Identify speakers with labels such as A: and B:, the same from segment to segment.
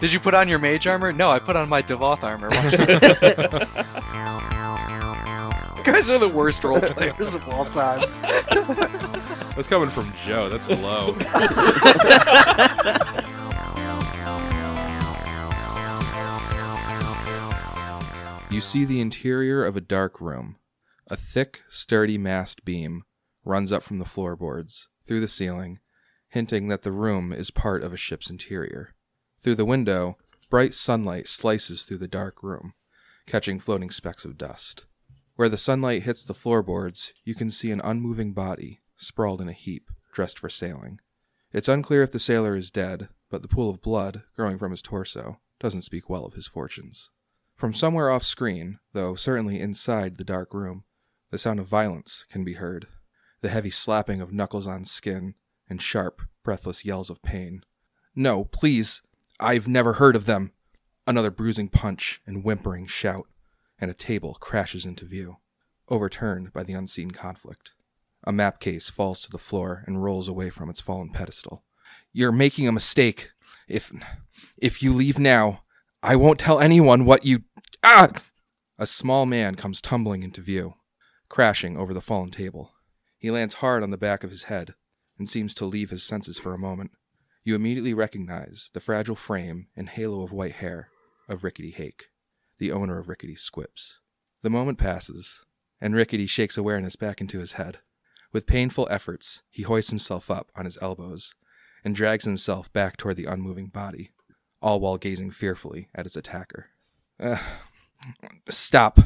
A: Did you put on your mage armor? No, I put on my Devoth armor. Watch you guys are the worst role players of all time.
B: That's coming from Joe. That's low. you see the interior of a dark room. A thick, sturdy mast beam runs up from the floorboards through the ceiling, hinting that the room is part of a ship's interior. Through the window, bright sunlight slices through the dark room, catching floating specks of dust. Where the sunlight hits the floorboards, you can see an unmoving body, sprawled in a heap, dressed for sailing. It's unclear if the sailor is dead, but the pool of blood, growing from his torso, doesn't speak well of his fortunes. From somewhere off screen, though certainly inside the dark room, the sound of violence can be heard the heavy slapping of knuckles on skin, and sharp, breathless yells of pain. No, please! I've never heard of them! Another bruising punch and whimpering shout, and a table crashes into view, overturned by the unseen conflict. A map case falls to the floor and rolls away from its fallen pedestal. You're making a mistake. If if you leave now, I won't tell anyone what you Ah! A small man comes tumbling into view, crashing over the fallen table. He lands hard on the back of his head and seems to leave his senses for a moment. You immediately recognize the fragile frame and halo of white hair of Rickety Hake, the owner of Rickety Squips. The moment passes, and Rickety shakes awareness back into his head. With painful efforts, he hoists himself up on his elbows and drags himself back toward the unmoving body, all while gazing fearfully at his attacker. "Ugh. stop.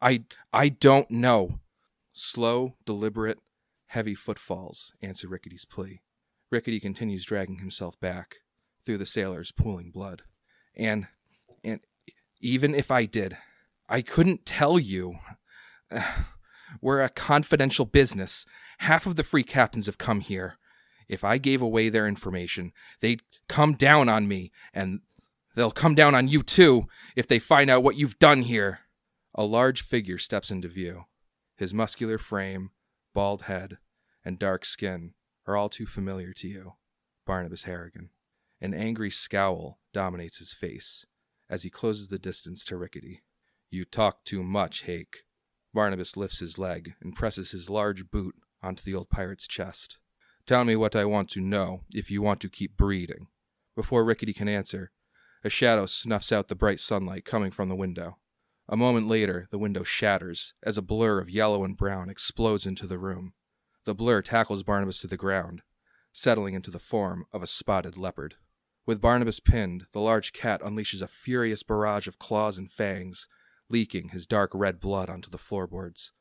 B: I I don't know. Slow, deliberate, heavy footfalls answer Rickety's plea. Rickety continues dragging himself back through the sailor's pooling blood. And and even if I did, I couldn't tell you. Ugh. We're a confidential business. Half of the free captains have come here. If I gave away their information, they'd come down on me, and they'll come down on you too if they find out what you've done here. A large figure steps into view. His muscular frame, bald head, and dark skin are all too familiar to you Barnabas Harrigan. An angry scowl dominates his face as he closes the distance to Rickety. You talk too much, Hake. Barnabas lifts his leg and presses his large boot onto the old pirate's chest. Tell me what I want to know if you want to keep breeding. Before Rickety can answer, a shadow snuffs out the bright sunlight coming from the window. A moment later, the window shatters as a blur of yellow and brown explodes into the room. The blur tackles Barnabas to the ground, settling into the form of a spotted leopard. With Barnabas pinned, the large cat unleashes a furious barrage of claws and fangs, leaking his dark red blood onto the floorboards.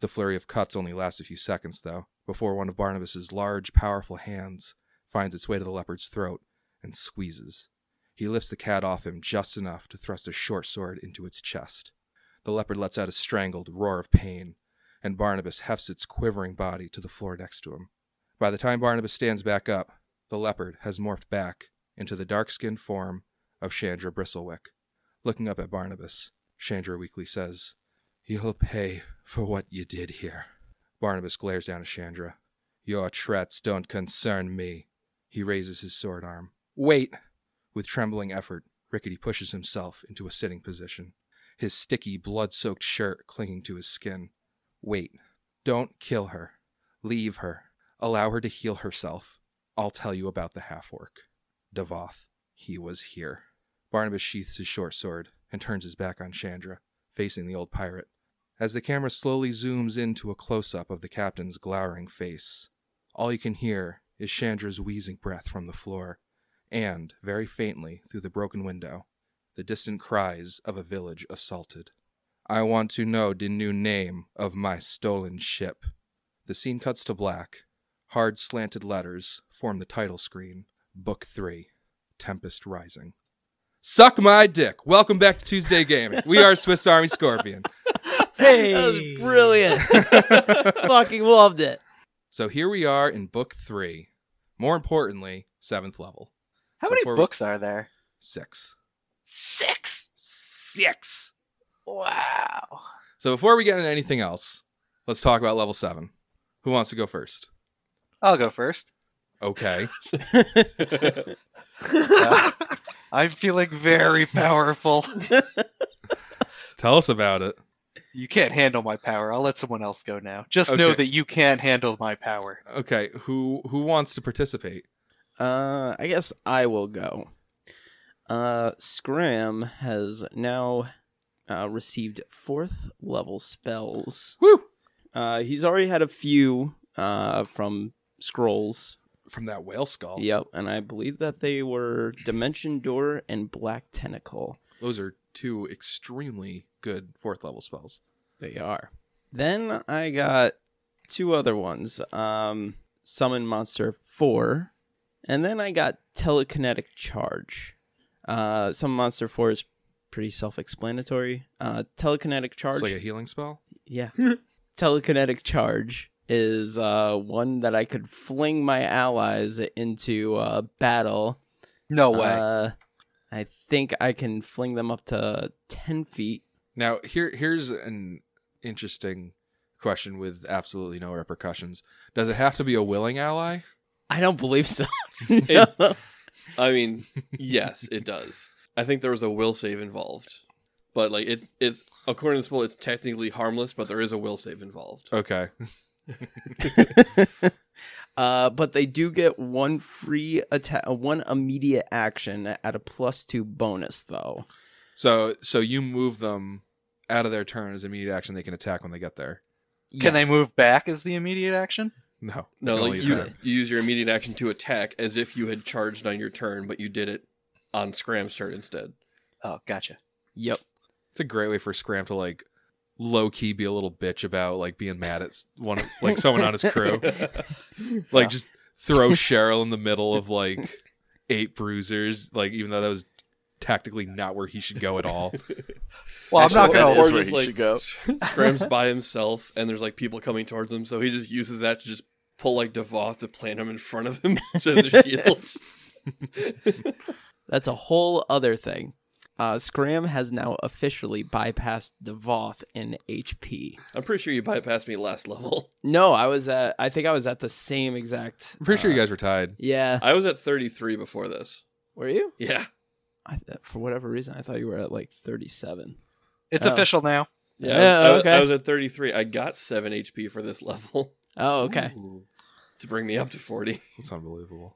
B: The flurry of cuts only lasts a few seconds, though, before one of Barnabas's large, powerful hands finds its way to the leopard's throat and squeezes. He lifts the cat off him just enough to thrust a short sword into its chest. The leopard lets out a strangled roar of pain, and Barnabas hefts its quivering body to the floor next to him. By the time Barnabas stands back up, the leopard has morphed back into the dark skinned form of Chandra Bristlewick. Looking up at Barnabas, Chandra weakly says, You'll pay for what you did here. Barnabas glares down at Chandra. Your threats don't concern me. He raises his sword arm. Wait! With trembling effort, Rickety pushes himself into a sitting position, his sticky, blood soaked shirt clinging to his skin. Wait. Don't kill her. Leave her. Allow her to heal herself. I'll tell you about the half orc. Devoth. He was here. Barnabas sheaths his short sword and turns his back on Chandra, facing the old pirate. As the camera slowly zooms into a close up of the captain's glowering face, all you can hear is Chandra's wheezing breath from the floor, and, very faintly through the broken window, the distant cries of a village assaulted. I want to know the new name of my stolen ship. The scene cuts to black. Hard slanted letters form the title screen. Book 3 Tempest Rising. Suck my dick. Welcome back to Tuesday Gaming. We are Swiss Army Scorpion.
C: Hey,
D: That was brilliant. Fucking loved it.
B: So here we are in book 3. More importantly, 7th level.
A: How
B: So
A: many
B: before we-
A: books are there?
B: 6.
A: Six.
B: 6.
A: Wow.
B: So before we get into anything else, let's talk about level 7. Who wants to go first?
A: I'll go first.
B: Okay.
A: Yeah. I'm feeling very powerful.
B: Tell us about it.
A: You can't handle my power. I'll let someone else go now. Just know
B: Okay.
A: that you can't handle my power.
B: Okay, who who wants to participate?
D: Uh, I guess I will go. Uh, Scram has now uh, received fourth level spells.
B: Woo!
D: Uh, he's already had a few uh, from scrolls.
B: From that whale skull.
D: Yep, and I believe that they were Dimension Door and Black Tentacle.
B: Those are two extremely good fourth level spells.
D: They are. Then I got two other ones. Um, Summon Monster Four, and then I got Telekinetic Charge. Uh, Summon Monster Four is pretty self-explanatory. Uh, telekinetic Charge,
B: It's like a healing spell.
D: yeah. telekinetic Charge is uh one that I could fling my allies into uh, battle.
A: No way.
D: Uh, I think I can fling them up to ten feet.
B: Now here here's an interesting question with absolutely no repercussions. Does it have to be a willing ally?
D: I don't believe so.
C: It- I mean, yes, it does. I think there was a will save involved, but like it, it's according to this rule, it's technically harmless, but there is a will save involved.
B: Okay.
D: uh, but they do get one free attack, one immediate action at a plus two bonus, though.
B: So so you move them out of their turn as immediate action they can attack when they get there.
A: Can they
D: Yes.
A: move back as the immediate action?
B: No. they
C: No,
B: can
C: like
B: only
C: you,
B: attack.
C: you use your immediate action to attack as if you had charged on your turn, but you did it on Scram's turn instead.
A: Oh, gotcha.
D: Yep.
B: It's a great way for Scram to like low key be a little bitch about like being mad at s- one like someone on his crew. Like just throw Cheryl in the middle of like eight bruisers, like even though that was tactically not where he should go at all.
A: Well, I'm not
C: Or-
E: Actually,
A: gonna.
E: that is
C: or
E: where
C: just
E: he
C: like
E: should go.
C: Scram's by himself, and there's like people coming towards him, so he just uses that to just pull like Devoth to plant him in front of him as a shield.
D: That's a whole other thing. Uh, Scram has now officially bypassed Devoth in HP.
C: I'm pretty sure you bypassed me last level.
D: No, I was at. I think I was at the same exact.
B: I'm pretty sure
D: uh,
B: you guys were tied.
D: Yeah.
C: I was at 33 before this.
D: Were you?
C: Yeah.
D: I th- for whatever reason, I thought you were at like thirty-seven.
A: It's
D: Oh.
A: official now.
C: Yeah, I was-
D: Yeah,
C: I was,
D: okay.
C: I was at 33. I got 7 HP for this level
D: Oh, okay.
C: to bring me up to 40.
B: It's unbelievable.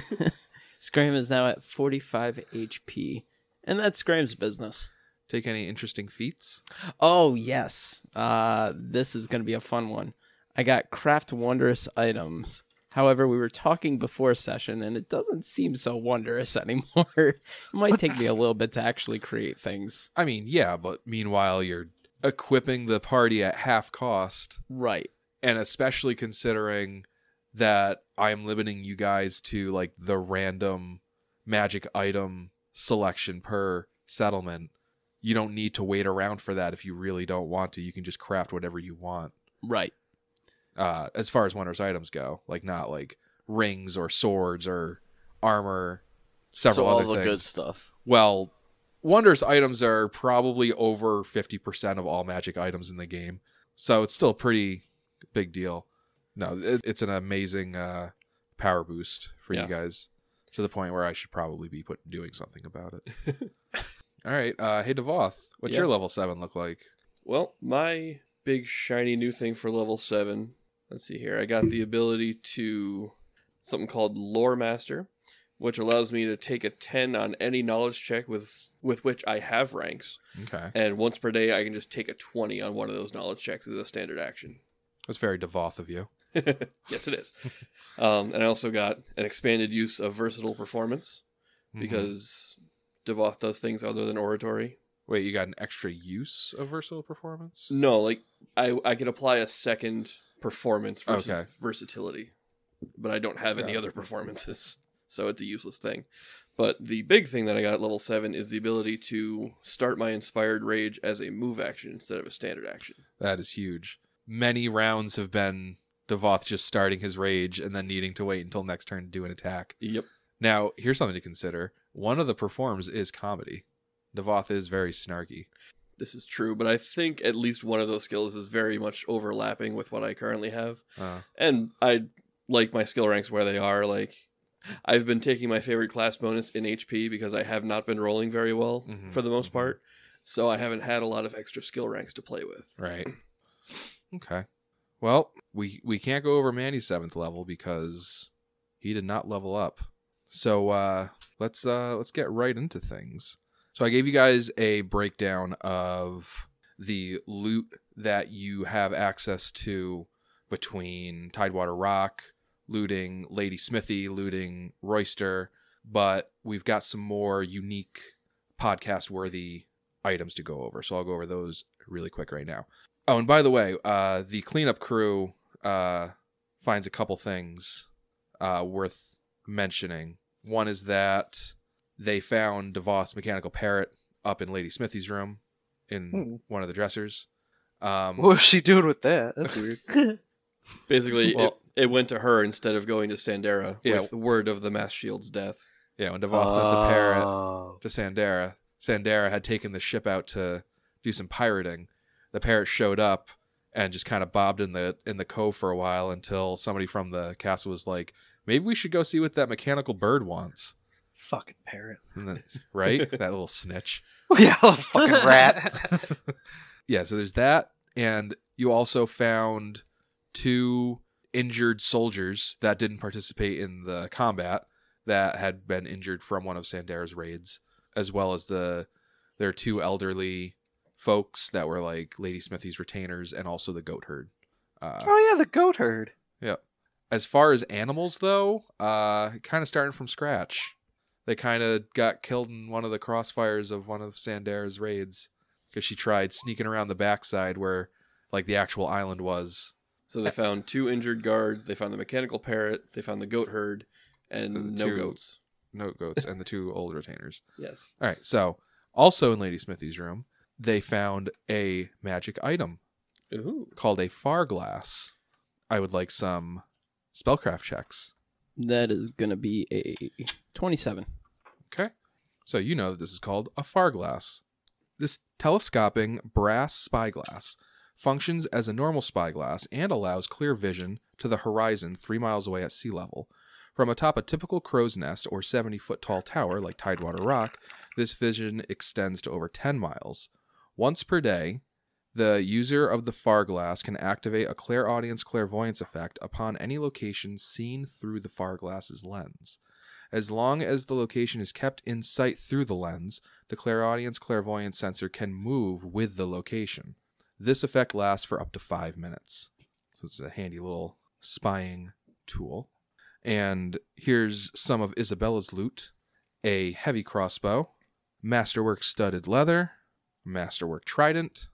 D: Scram is now at 45 HP, and that's Scram's business.
B: Take any interesting feats?
D: Oh, yes. Uh, this is going to be a fun one. I got craft wondrous items. However, we were talking before session, and it doesn't seem so wondrous anymore. it might take me a little bit to actually create things.
B: I mean, yeah, but meanwhile you're equipping the party at half cost
D: Right.
B: and especially considering that I'm limiting you guys to like the random magic item selection per settlement. You don't need to wait around for that if you really don't want to. You can just craft whatever you want.
D: Right.
B: Uh, as far as Wondrous items go, like not like rings or swords or armor, several
E: so all
B: other
E: the
B: things.
E: good stuff.
B: Well, wondrous items are probably over 50% of all magic items in the game. So it's still a pretty big deal. No, it, it's an amazing uh, power boost for
C: Yeah.
B: you guys to the point where I should probably be put doing something about it. all right. Uh, hey, Devoth, what's
C: Yeah.
B: your level 7 look like?
C: Well, my big shiny new thing for level 7. Let's see here. I got the ability to something called Lore Master, which allows me to take a 10 on any knowledge check with with which I have ranks,
B: Okay.
C: and once per day I can just take a 20 on one of those knowledge checks as a standard action.
B: That's very Devoth of you.
C: yes, it is. Um, and I also got an expanded use of versatile performance
B: Mhm.
C: because Devoth does things other than oratory.
B: Wait, you got an extra use of versatile performance?
C: No, like I I could apply a second performance versus
B: Okay.
C: versatility, but I don't have any
B: Yeah.
C: other performances, so it's a useless thing. But the big thing that I got at level seven is the ability to start my inspired rage as a move action instead of a standard action.
B: That is huge. Many rounds have been Devoth just starting his rage and then needing to wait until next turn to do an attack.
C: Yep.
B: Now, here's something to consider. One of the performs is comedy. Devoth is very snarky.
C: This is true, but I think at least one of those skills is very much overlapping with what I currently have.
B: Uh,
C: and I like my skill ranks where they are. Like I've been taking my favorite class bonus in HP because I have not been rolling very well
B: Mhm.
C: for the most part. So I haven't had a lot of extra skill ranks to play with.
B: Right. Okay. Well, we we can't go over Mandy's seventh level because he did not level up. So uh, let's uh, let's get right into things. So I gave you guys a breakdown of the loot that you have access to between Tidewater Rock looting, Lady Smithy looting, Royster, but we've got some more unique podcast worthy items to go over. So I'll go over those really quick right now. Oh, and by the way, uh, the cleanup crew uh, finds a couple things uh, worth mentioning. One is that they found DeVos mechanical parrot up in Lady Smithy's room in
A: Hmm.
B: one of the dressers. Um,
A: What was she doing with that? That's weird.
C: Basically,
B: Well-
C: it, it went to her instead of going to Sandera
B: Yeah.
C: with the word of the mass shield's death.
B: yeah, when DeVos sent the parrot
A: Oh.
B: to Sandera. Sandera had taken the ship out to do some pirating. The parrot showed up and just kind of bobbed in the in the cove for a while until somebody from the castle was like, "Maybe we should go see what that mechanical bird wants."
A: Fucking parrot.
B: And then, right, that little snitch.
A: yeah, a fucking rat.
B: Yeah, so there's that, and you also found two injured soldiers that didn't participate in the combat that had been injured from one of Sandera's raids, as well as the their two elderly folks that were like Lady Smithy's retainers and also the goat herd. Uh,
A: oh yeah, the goat herd.
B: as far as animals though uh kind of starting from scratch they kind of got killed in one of the crossfires of one of sandera's raids because she tried sneaking around the backside where like the actual island was
C: So they found two injured guards. They found the mechanical parrot. They found the goat herd, and
B: And the
C: no
B: two-
C: goats.
B: no goats and the two old retainers
C: Yes.
B: all right so also in lady smithy's room they found a magic item
C: Ooh.
B: called a farglass i would like some spellcraft checks
D: That is gonna be a twenty-seven.
B: Okay. So you know that this is called a farglass. This telescoping brass spyglass functions as a normal spyglass and allows clear vision to the horizon three miles away at sea level. From atop a typical crow's nest or 70 foot tall tower like Tidewater Rock, this vision extends to over 10 miles. Once per day, the user of the farglass can activate a clairaudience clairvoyance effect upon any location seen through the farglass's lens. As long as the location is kept in sight through the lens, the clairaudience clairvoyance sensor can move with the location. This effect lasts for up to five minutes. So it's a handy little spying tool. And here's some of Isabella's loot a heavy crossbow, masterwork studded leather, masterwork trident,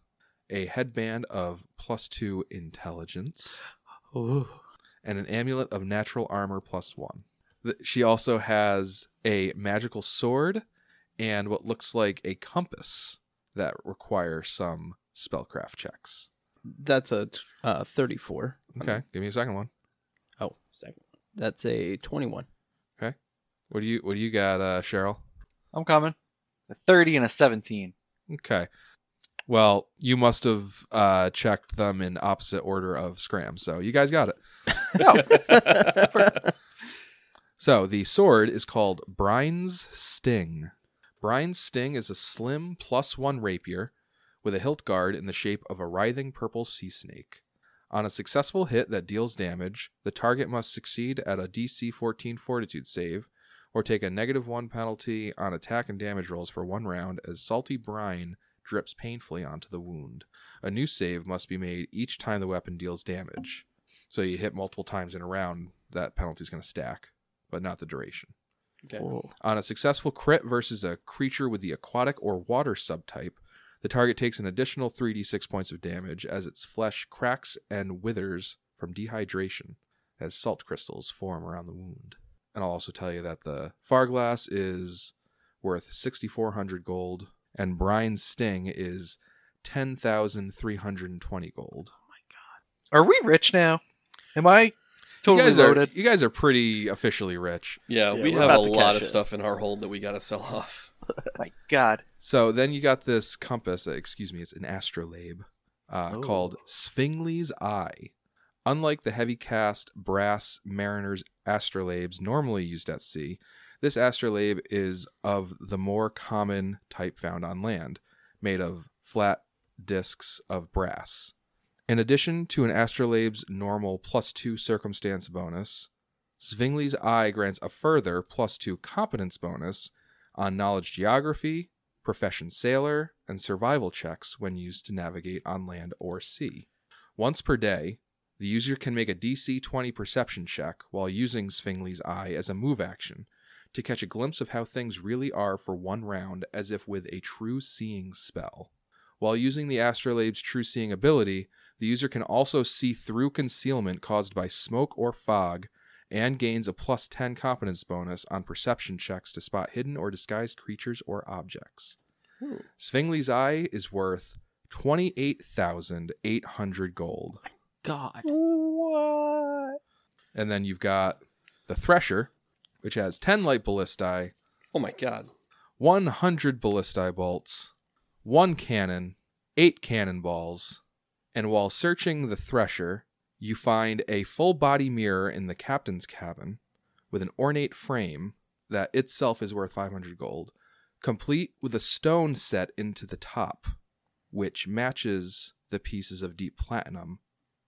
B: a headband of plus two intelligence and an amulet of natural armor plus one. Th- She also has a magical sword and what looks like a compass that require some spellcraft checks.
D: That's a t- uh, thirty-four.
B: Okay, give me a second one.
D: Oh, second. That's a twenty-one.
B: What do you What do you got, uh, Cheryl?
A: I'm coming. A thirty and a seventeen.
B: Okay. Well, you must have uh, checked them in opposite order of Scram, so you guys got it.
A: No.
B: So the sword is called Brine's Sting. Brine's Sting is a slim plus one rapier with a hilt guard in the shape of a writhing purple sea snake. On a successful hit that deals damage, the target must succeed at a DC 14 fortitude save or take a negative one penalty on attack and damage rolls for one round as salty brine drips painfully onto the wound. A new save must be made each time the weapon deals damage. So you hit multiple times in a round, that penalty's going to stack, but not the duration.
C: Okay.
B: On a successful crit versus a creature with the aquatic or water subtype, the target takes an additional 3d6 points of damage as its flesh cracks and withers from dehydration as salt crystals form around the wound. And I'll also tell you that the Farglass is worth 6,400 gold, and Brian's Sting is 10,320 gold.
A: Are we rich now? Am I totally
B: you, guys are,
A: loaded?
B: you guys are pretty officially rich.
C: Yeah,
D: Yeah,
C: we
D: we're
C: have a
D: about to
C: lot
D: cash
C: of
D: it.
C: stuff in our hold that we gotta sell off.
A: My God.
B: So then you got this compass, uh, excuse me, it's an astrolabe uh,
A: Oh.
B: called Sphingly's Eye. Unlike the heavy cast brass mariner's astrolabes normally used at sea, this astrolabe is of the more common type found on land, made of flat discs of brass. In addition to an astrolabe's normal plus two circumstance bonus, Zwingli's Eye grants a further plus two competence bonus on knowledge geography, profession sailor, and survival checks when used to navigate on land or sea. Once per day, the user can make a DC 20 perception check while using Zwingli's Eye as a move action to catch a glimpse of how things really are for one round as if with a true seeing spell. While using the astrolabe's true seeing ability, the user can also see through concealment caused by smoke or fog and gains a plus 10 competence bonus on perception checks to spot hidden or disguised creatures or objects.
C: Hmm.
B: Zwingli's Eye is worth 28,800 gold.
D: God.
A: What?
B: And then you've got the Thresher, which has 10 light ballistae,
C: Oh my god.
B: 100 ballistae bolts, one cannon, eight cannonballs, and while searching the thresher, you find a full body mirror in the captain's cabin with an ornate frame that itself is worth 500 gold, complete with a stone set into the top, which matches the pieces of deep platinum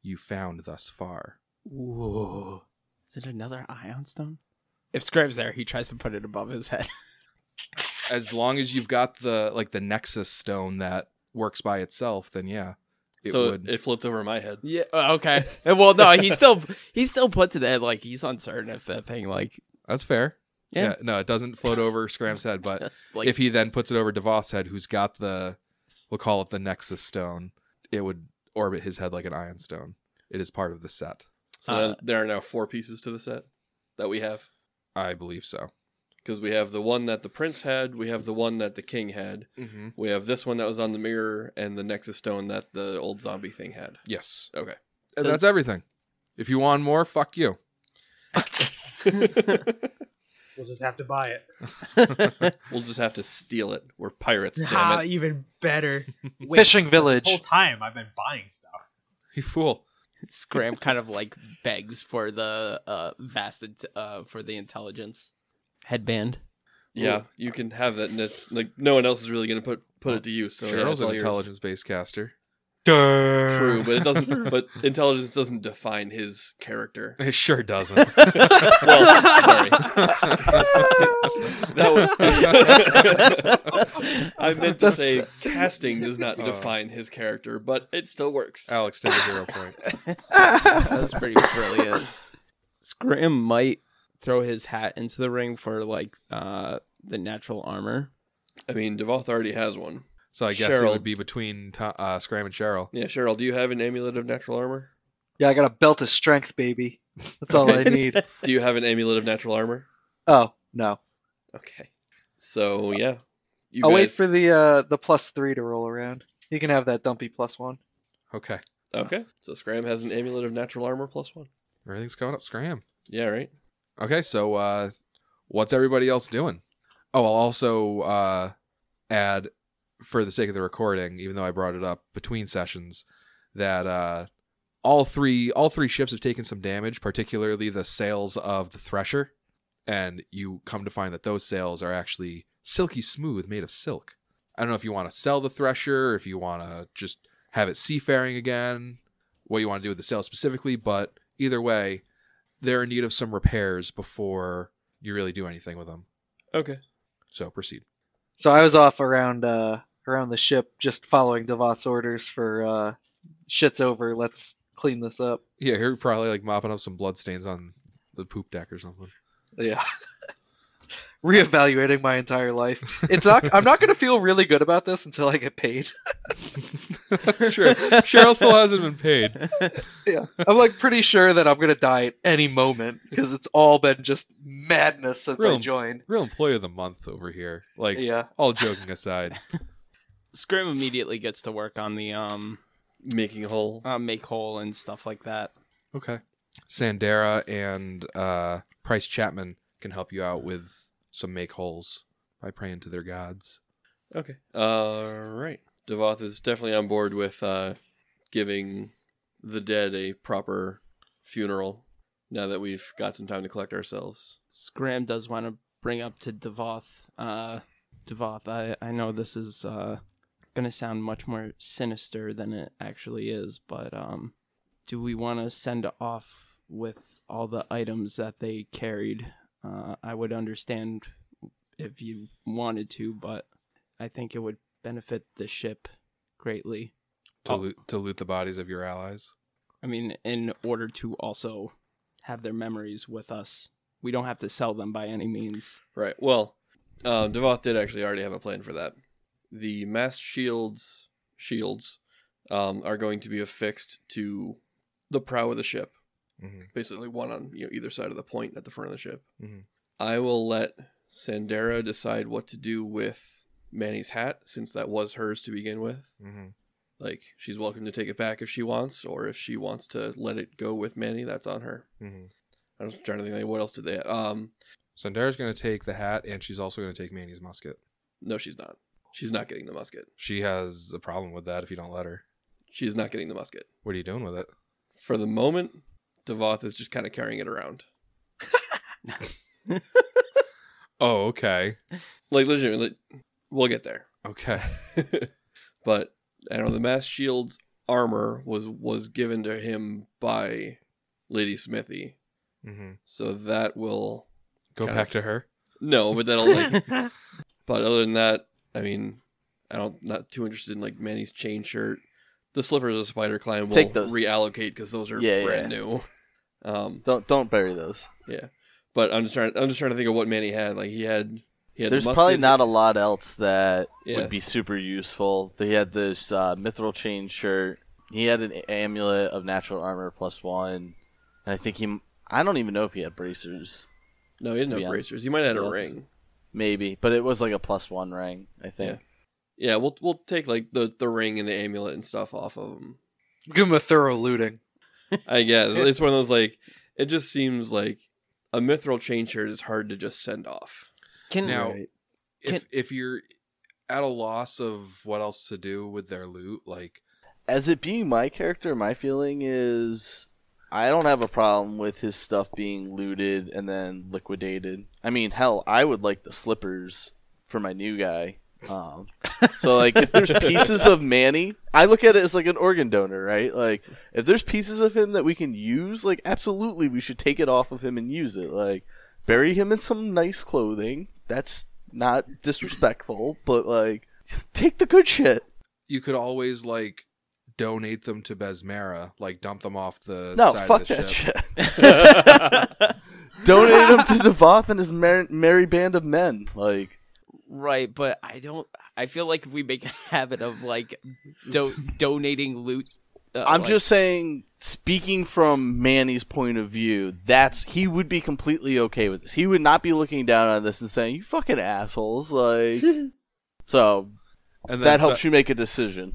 B: you found thus far.
D: Whoa. Is it another ion stone? If Scribe's there, he tries to put it above his head.
B: As long as you've got the like the nexus stone that works by itself, then yeah, it
C: so
B: would.
C: it flipped over my head.
D: yeah. oh, Okay. well, no, he still he still puts it in like he's uncertain if that thing like
B: That's fair.
D: Yeah.
B: No, it doesn't float over Scram's head, but
D: like
B: if he then puts it over Devoth's head, who's got the, we'll call it the Nexus Stone, it would orbit his head like an ion stone. It is part of the set.
C: So
D: Uh,
C: now there are now four pieces to the set that we have.
B: I believe so.
C: Because we have the one that the prince had, we have the one that the king had,
B: Mm-hmm.
C: we have this one that was on the mirror, and the Nexus Stone that the old zombie thing had.
B: Yes.
C: Okay.
B: And
D: So-
B: that's everything. If you want more, fuck you.
E: We'll just have to buy it.
C: We'll just have to steal it. We're pirates,
E: Ah,
C: damn it.
E: even better.
A: Fishing village.
E: This whole time I've been buying stuff.
B: You fool.
D: Scram kind of like begs for the uh vast int- uh for the intelligence headband.
C: Yeah, you can have that, and it's like no one else is really gonna put put it to use. So yeah,
B: Cheryl's
C: it's all
B: an
C: yours.
B: intelligence based caster.
C: True, but it doesn't. but intelligence doesn't define his character.
B: It sure doesn't.
C: Well, sorry, that was. I meant to say casting does not
B: Oh.
C: define his character, but it still works.
B: Alex, take a hero point.
D: That's pretty brilliant. Scram might throw his hat into the ring for like uh the natural armor.
C: I mean, Devoth already has one.
B: So I guess it
C: Cheryl.
B: would be between To- uh, Scram and Cheryl.
C: Yeah, Cheryl, do you have an amulet of natural armor?
A: Yeah, I got a belt of strength, baby. That's all I need.
C: Do you have an amulet of natural armor?
A: Oh no!
C: Okay. So yeah, you
A: I'll wait
C: guys.
A: for the uh, the plus three to roll around. You can have that dumpy plus one.
B: Okay.
C: okay. So Scram has an amulet of natural armor plus one.
B: Everything's going up, Scram.
C: Yeah, right.
B: Okay, so uh, what's everybody else doing? Oh, I'll also uh, add, for the sake of the recording, even though I brought it up between sessions, that uh, all three all three ships have taken some damage, particularly the sails of the Thresher, and you come to find that those sails are actually silky smooth, made of silk. I don't know if you want to sell the Thresher, if you want to just have it seafaring again, what you want to do with the sail specifically, but either way, they're in need of some repairs before you really do anything with them.
C: Okay.
B: So proceed.
A: So I was off around uh, around the ship, just following Devoth's orders for uh, shit's over. Let's clean this up.
B: Yeah, here probably like mopping up some blood stains on the poop deck or something.
A: Yeah. Reevaluating my entire life. It's not. I'm not gonna feel really good about this until I get paid.
B: That's true. Cheryl still hasn't been paid.
A: Yeah, I'm like pretty sure that I'm gonna die at any moment because it's all been just madness since I
B: Really?
A: joined.
B: Real employee of the month over here. Like
A: Yeah,
B: all joking aside.
D: Scram immediately gets to work on the um
C: Making whole.
D: uh, make hole and stuff like that.
B: Okay. Sandera and uh, Price Chapman can help you out with some make holes by praying to their gods.
C: Okay. All right. Devoth is definitely on board with uh, giving the dead a proper funeral now that we've got some time to collect ourselves.
D: Scram does want to bring up to Devoth. Uh, Devoth, I, I know this is uh, going to sound much more sinister than it actually is, but um, do we want to send off with all the items that they carried? Uh, I would understand if you wanted to, but I think it would benefit the ship greatly.
B: to,
D: Oh.
B: loot, to loot the bodies of your allies.
D: I mean, in order to also have their memories with us. We don't have to sell them by any means.
C: Right. Well, uh, Devoth did actually already have a plan for that. The mass shields shields um, are going to be affixed to the prow of the ship.
B: Mhm.
C: basically one on you know, either side of the point at the front of the ship.
B: Mhm.
C: I will let Sandera decide what to do with Manny's hat, since that was hers to begin with.
B: Mhm.
C: Like she's welcome to take it back if she wants, or if she wants to let it go with Manny, that's on her.
B: Mhm.
C: I was trying to think like what else did they. Um,
B: So Dara's going to take the hat, and she's also going to take Manny's musket.
C: no, she's not. She's not getting the musket.
B: She has a problem with that if you don't let her.
C: She's not getting the musket.
B: What are you doing with it?
C: For the moment, Devoth is just kind of carrying it around.
B: Oh, okay.
C: Like legitimately, we'll get there.
B: Okay.
C: but I don't know the mass shield's armor was was given to him by Lady Smithy,
B: hmm
C: so that will
B: Go
C: Kind
B: back
C: of.
B: to her.
C: no, but that'll like.
A: Like...
C: but other than that, I mean, I don't not too interested in like Manny's chain shirt. The slippers of Spider Climb will
F: Take those.
C: reallocate because those are
F: Yeah,
C: brand
F: yeah.
C: new. Um,
F: Don't don't bury those.
C: but I'm just trying. I'm just trying to think of what Manny had. Like he had. He had the
F: There's probably
C: musket.
F: not a lot else that
C: Yeah.
F: would be super useful. He had this uh, mithril chain shirt. He had an amulet of natural armor plus one, and I think he. I don't even know if he had bracers,
C: No, he didn't
F: to
C: have
F: be honest.
C: bracers. He might have had
F: To
C: a
F: be honest.
C: ring.
F: maybe, but it was like a plus one ring. I think.
C: Yeah, we'll we'll take like the the ring and the amulet and stuff off of him.
A: Give him a thorough looting.
C: I guess it's one of those like it just seems like a mithril chain shirt is hard to just send off.
D: Can
B: Now,
D: Right.
B: If if you're at a loss of what else to do with their loot, like
F: As it being my character, my feeling is I don't have a problem with his stuff being looted and then liquidated. I mean, hell, I would like the slippers for my new guy. Um, so like, if there's pieces of Manny, I look at it as like an organ donor, right? Like, if there's pieces of him that we can use, like, absolutely, we should take it off of him and use it. Like, bury him in some nice clothing. That's not disrespectful, but like, take the good shit.
B: you could always like donate them to Besmera, like dump them off the
F: No,
B: side
F: fuck
B: of the
F: that
B: ship.
F: shit. Donate him to Devoth and his mer- merry band of men. Like,
D: right, but I don't. I feel like if we make a habit of like do- donating loot, uh,
F: I'm
D: like-
F: just saying, speaking from Manny's point of view, that's he would be completely okay with this. He would not be looking down on this and saying, "You fucking assholes!" Like, so
B: And then
F: that
B: so-
F: helps you make a decision.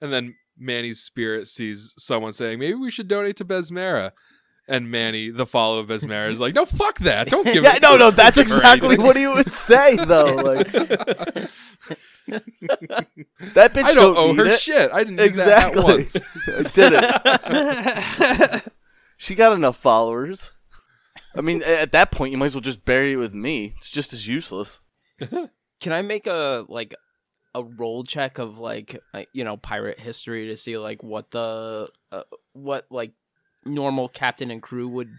B: And then Manny's spirit sees someone saying, "Maybe we should donate to Besmera." And Manny, the follow of Besmera, is like, "No, fuck that! Don't give
F: Yeah,
B: it."
F: no, no, that's
B: or
F: exactly
B: anything.
F: what he would say, though. Like, that bitch
B: I don't, owe
F: need
B: her
F: it.
B: shit. I didn't do
F: Exactly,
B: that not once.
F: I did it. She got enough followers. I mean, a- at that point, you might as well just bury it with me. It's just as useless.
D: Can I make a like a roll check of like uh, you know pirate history to see like what the uh, what like normal captain and crew would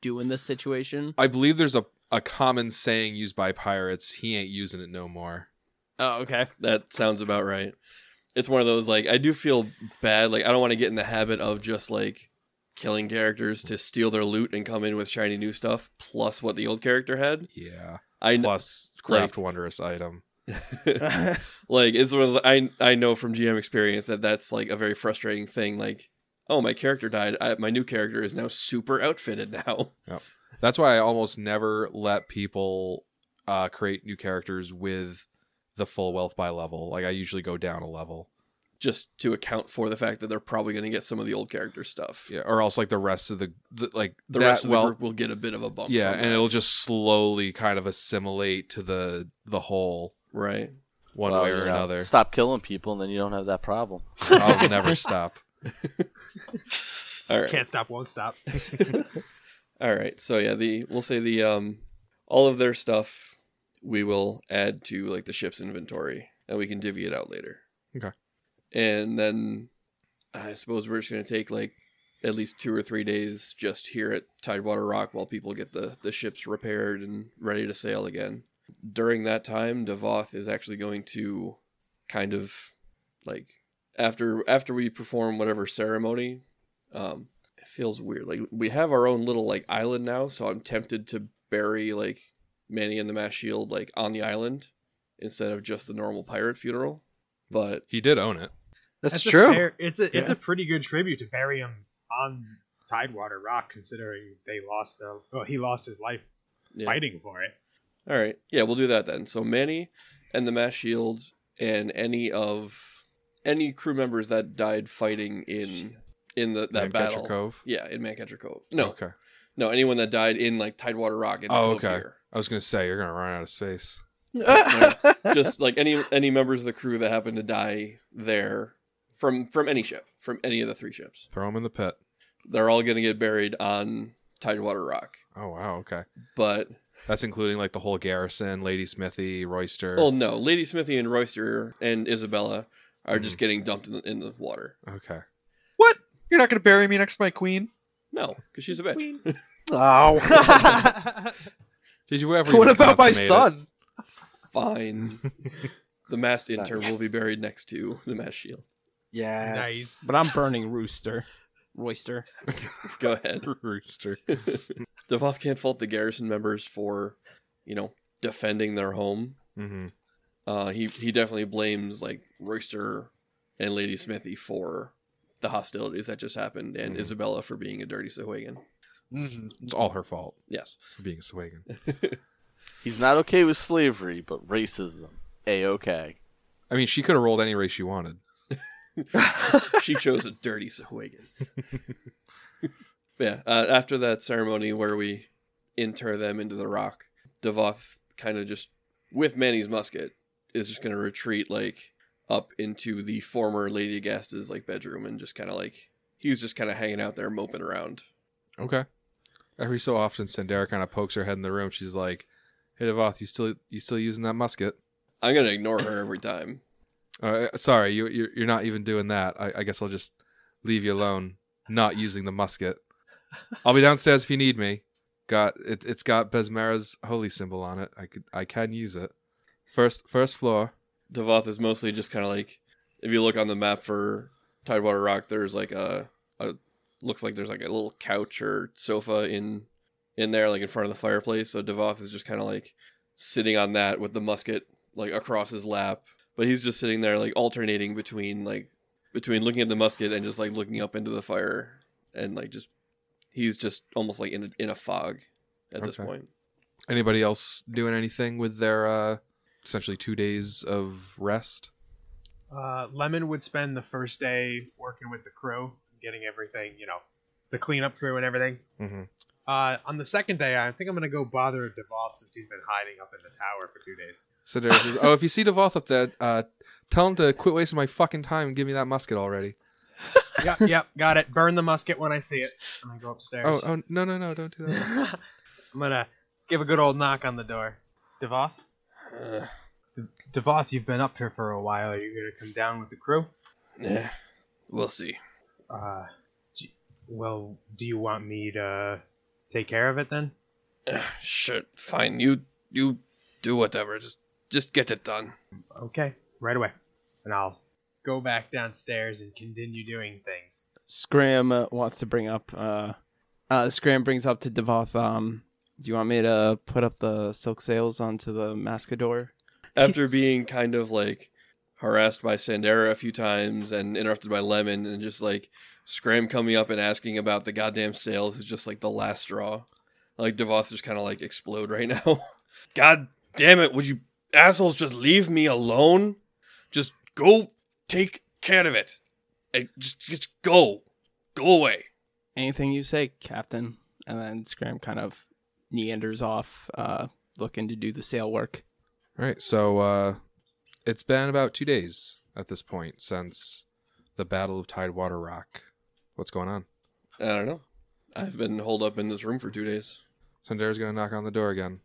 D: do in this situation?
B: I believe there's a a common saying used by pirates: "He ain't using it no more."
D: Oh, okay.
C: That sounds about right. It's one of those like I do feel bad. Like I don't want to get in the habit of just like killing characters to steal their loot and come in with shiny new stuff plus what the old character had.
B: Yeah.
C: I kn-
B: Plus, craft wondrous item.
C: like it's one of the, I I know from GM experience that that's like a very frustrating thing. Like oh my character died. I, my new character is now super outfitted now.
B: That's why I almost never let people uh, create new characters with the full wealth by level. Like I usually go down a level,
C: just to account for the fact that they're probably going to get some of the old character stuff.
B: yeah, or else like the rest of the, the like
C: The
B: that
C: rest of
B: wealth-
C: the group will get a bit of a bump.
B: yeah,
C: from
B: and
C: that.
B: it'll just slowly kind of assimilate to the the whole
C: right.
B: one
F: Well,
B: way
F: you
B: or
F: know,
B: another.
F: Stop killing people, and then you don't have that problem.
B: I'll never stop.
C: All right.
E: Can't stop, won't stop.
C: All right. So yeah, the we'll say the um all of their stuff we will add to like the ship's inventory and we can divvy it out later.
B: Okay.
C: And then I suppose we're just going to take like at least 2 or 3 days just here at Tidewater Rock while people get the the ships repaired and ready to sail again. During that time, Devoth is actually going to kind of like after after we perform whatever ceremony um it feels weird. Like we have our own little like island now, so I'm tempted to bury like Manny and the Mass Shield like on the island instead of just the normal pirate funeral. But
B: He did own it.
A: That's,
E: a
A: true.
E: fair- it's a it's
C: Yeah.
E: a pretty good tribute to bury him on Tidewater Rock, considering they lost their well, he lost his life
C: yeah.
E: fighting for it.
C: all right, yeah, we'll do that then. So Manny and the Mass Shield and any of any crew members that died fighting in in the that
B: Manchester
C: battle.
B: Cove.
C: Yeah, in Mancatcher Cove. No,
B: Okay.
C: no, anyone that died in like Tidewater Rock. In the
B: Oh,
C: Cove
B: okay.
C: Here.
B: I was gonna say you're gonna run out of space.
C: just like any any members of the crew that happen to die there from from any ship from any of the three ships
B: Throw him in the pit.
C: they're all going to get buried on tidewater rock
B: Oh wow. Okay.
C: but
B: That's including like the whole garrison, Lady Smithy, Royster.
C: well no lady smithy and royster and isabella are just getting dumped in the, in the water
B: okay.
A: what? You're not gonna bury me next to my queen?
C: no because she's a bitch
A: Oh.
B: Did you ever?
A: what
B: even
A: about my
B: consummate it?
A: son?
C: fine the masked intern will be
A: Yes.
C: buried next to the mass shield
A: Yes.
E: Nice.
D: But I'm burning Rooster. Royster.
C: go ahead
B: Rooster.
C: devoth can't fault the garrison members for you know defending their home
B: hmm
C: uh, he he definitely blames like Royster and Lady Smithy for the hostilities that just happened, and
B: Mhm.
C: Isabella for being a dirty Sahuagin.
A: Mhm.
B: It's all her fault
C: Yes,
B: for being Swagan.
F: He's not okay with slavery, but racism. A okay.
B: I mean, she could have rolled any race she wanted.
C: she chose a dirty Sahuagin. yeah. Uh, after that ceremony where we inter them into the rock, Devoth kind of just with Manny's musket is just going to retreat like up into the former Lady Agasta's like bedroom and just kind of like he's just kind of hanging out there moping around.
B: Okay. Every so often, Sandera kind of pokes her head in the room. She's like, "Hey, Devoth, you still you still using that musket?
C: I'm gonna ignore her every time.
B: Uh, sorry, you you're, you're not even doing that. I, I guess I'll just leave you alone, not using the musket. I'll be downstairs if you need me. Got it. It's got Besmera's holy symbol on it. I could I can use it. First first floor.
C: Devoth is mostly just kind of like if you look on the map for Tidewater Rock, there's like a, a looks like there's like a little couch or sofa in in there, like in front of the fireplace. So Devoth is just kind of like sitting on that with the musket like across his lap, but he's just sitting there like alternating between like between looking at the musket and just like looking up into the fire and like just he's just almost like in a, in a fog at this
B: Okay.
C: point.
B: Anybody else doing anything with their uh essentially two days of rest?
E: Uh, Lemon would spend the first day working with the crew, getting everything, you know, the cleanup crew and everything.
B: Mm-hmm.
E: Uh, on the second day, I think I'm gonna go bother Devoth since he's been hiding up in the tower for two days.
B: Sandera says, "Oh, if you see Devoth up there, uh, tell him to quit wasting my fucking time and give me that musket already."
E: yep, yep, got it. Burn the musket when I see it. I'm gonna go
B: Oh,
E: upstairs.
B: oh no no no! Don't do that.
E: I'm gonna give a good old knock on the door. Devoth,
C: Uh,
E: Devoth, you've been up here for a while. Are you gonna come down with the crew?
C: yeah, we'll see.
E: Uh, d- well, do you want me to take care of it then?
C: Shit, fine. You you do whatever. Just just get it done.
E: Okay, right away, and I'll go back downstairs and continue doing things.
D: Scram uh, wants to bring up. Uh, uh, Scram brings up to Devoth. Um, do you want me to put up the silk sails onto the Mascador?
C: After being kind of like harassed by Sandera a few times and interrupted by Lemon and just like Scram coming up and asking about the goddamn sales is just like the last straw. Like Devoth's just kind of like explode right now. God damn it! Would you assholes just leave me alone? Just go take care of it. And just just go, go away.
D: Anything you say, Captain. And then Scram kind of meanders off, uh, looking to do the sail work.
B: All right, so uh, it's been about two days at this point since the Battle of Tidewater Rock. What's going on?
C: I don't know. I've been holed up in this room for two days.
B: Sandera's gonna knock on the door again.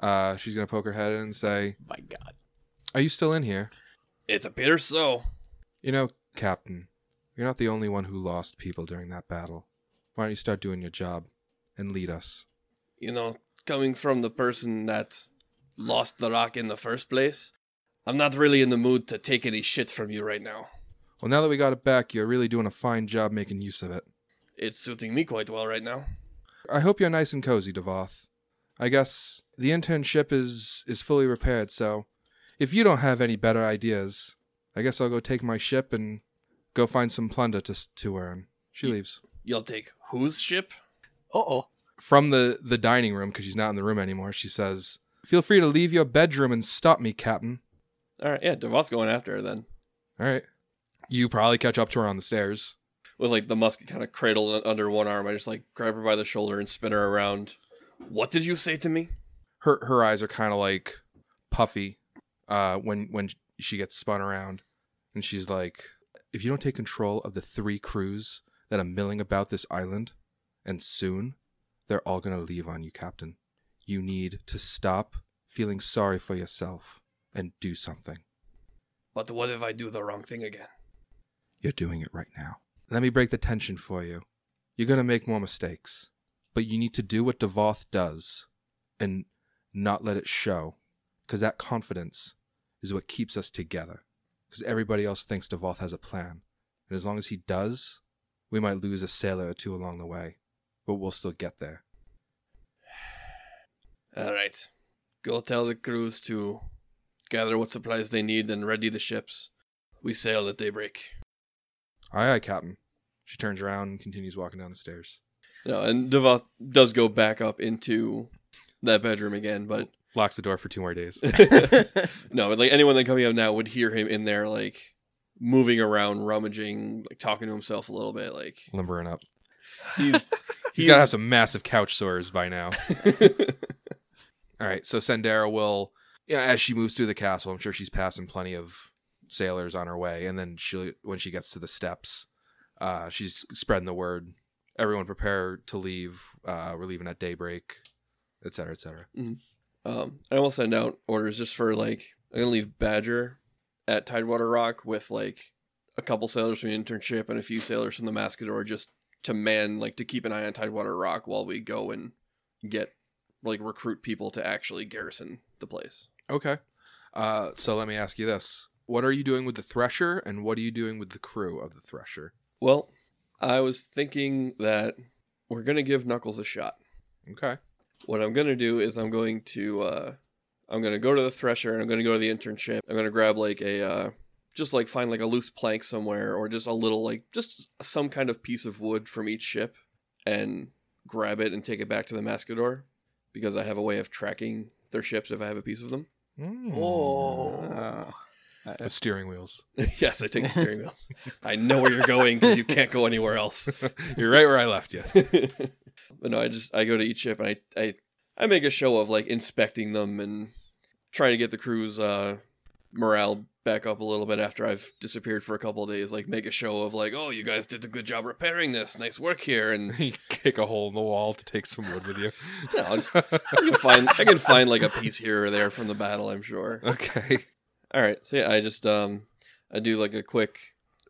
B: Uh, she's gonna poke her head in and say,
D: My God.
B: "Are you still in here?"
C: It appears so.
B: You know, Captain, you're not the only one who lost people during that battle. Why don't you start doing your job and lead us?
C: You know, coming from the person that lost the rock in the first place, I'm not really in the mood to take any shit from you right now.
B: Well, now that we got it back, you're really doing a fine job making use of it.
C: It's suiting me quite well right now.
B: I hope you're nice and cozy, Devoth. I guess the internship is is fully repaired, so if you don't have any better ideas, I guess I'll go take my ship and go find some plunder to s- to earn. She
C: Ye-
B: leaves
C: You'll take whose ship?
A: Uh oh.
B: from the the dining room because she's not in the room anymore. She says, "Feel free to leave your bedroom and stop me, Captain."
C: All right, yeah, Devoth's going after her then.
B: All right, you probably catch up to her on the stairs.
C: With like the musket kind of cradled un- under one arm, I just like grab her by the shoulder and spin her around. What did you say to me?
B: Her her eyes are kind of like puffy uh, when when she gets spun around, and she's like, "If you don't take control of the three crews that are milling about this island, and soon, they're all gonna leave on you, Captain. You need to stop feeling sorry for yourself and do something.
C: But what if I do the wrong thing again?
B: You're doing it right now. Let me break the tension for you. You're gonna make more mistakes, but you need to do what Devoth does, and not let it show, because that confidence is what keeps us together. Because everybody else thinks Devoth has a plan, and as long as he does, we might lose a sailor or two along the way, but we'll still get there.
C: All right. Go tell the crews to gather what supplies they need and ready the ships. We sail at daybreak.
B: Aye, aye, Captain. She turns around and continues walking down the stairs.
C: No, and Devoth does go back up into that bedroom again, but
B: Locks the door for two more days.
C: no, but like anyone that coming up now would hear him in there, like moving around, rummaging, like talking to himself a little bit. Like
B: Limbering up.
C: he's
B: He's gotta have some massive couch sores by now. All right, so Sendera will, yeah, as she moves through the castle, I'm sure she's passing plenty of sailors on her way, and then she, will when she gets to the steps, uh, she's spreading the word. Everyone prepare to leave. Uh, we're leaving at daybreak, et cetera, et cetera.
C: Um, I will send out orders just for like I'm gonna leave Badger at Tidewater Rock with like a couple sailors from the internship and a few sailors from the Mascador just to man like to keep an eye on Tidewater Rock while we go and get like recruit people to actually garrison the place.
B: Okay. Uh, so let me ask you this: What are you doing with the Thresher, and what are you doing with the crew of the Thresher?
C: Well, I was thinking that we're gonna give Knuckles a shot.
B: Okay.
C: what I'm gonna do is I'm going to uh, I'm gonna go to the thresher and I'm gonna go to the internship. I'm gonna grab like a uh, just like find like a loose plank somewhere or just a little like just some kind of piece of wood from each ship and grab it and take it back to the Mascador because I have a way of tracking their ships if I have a piece of them.
D: Hmm.
B: Mm.
D: Uh,
B: The steering wheels.
C: yes, I take the steering wheel. I know where you're going because you can't go anywhere else.
B: You're right where I left you.
C: but no, I just I go to each ship and I I I make a show of like inspecting them and trying to get the crew's uh, morale back up a little bit after I've disappeared for a couple of days. Like make a show of like, oh, you guys did a good job repairing this. Nice work here. And
B: you kick a hole in the wall to take some wood with you.
C: No, I'll just- I can find I can find like a piece here or there from the battle. I'm sure.
B: okay.
C: All right. So yeah, I just um I do like a quick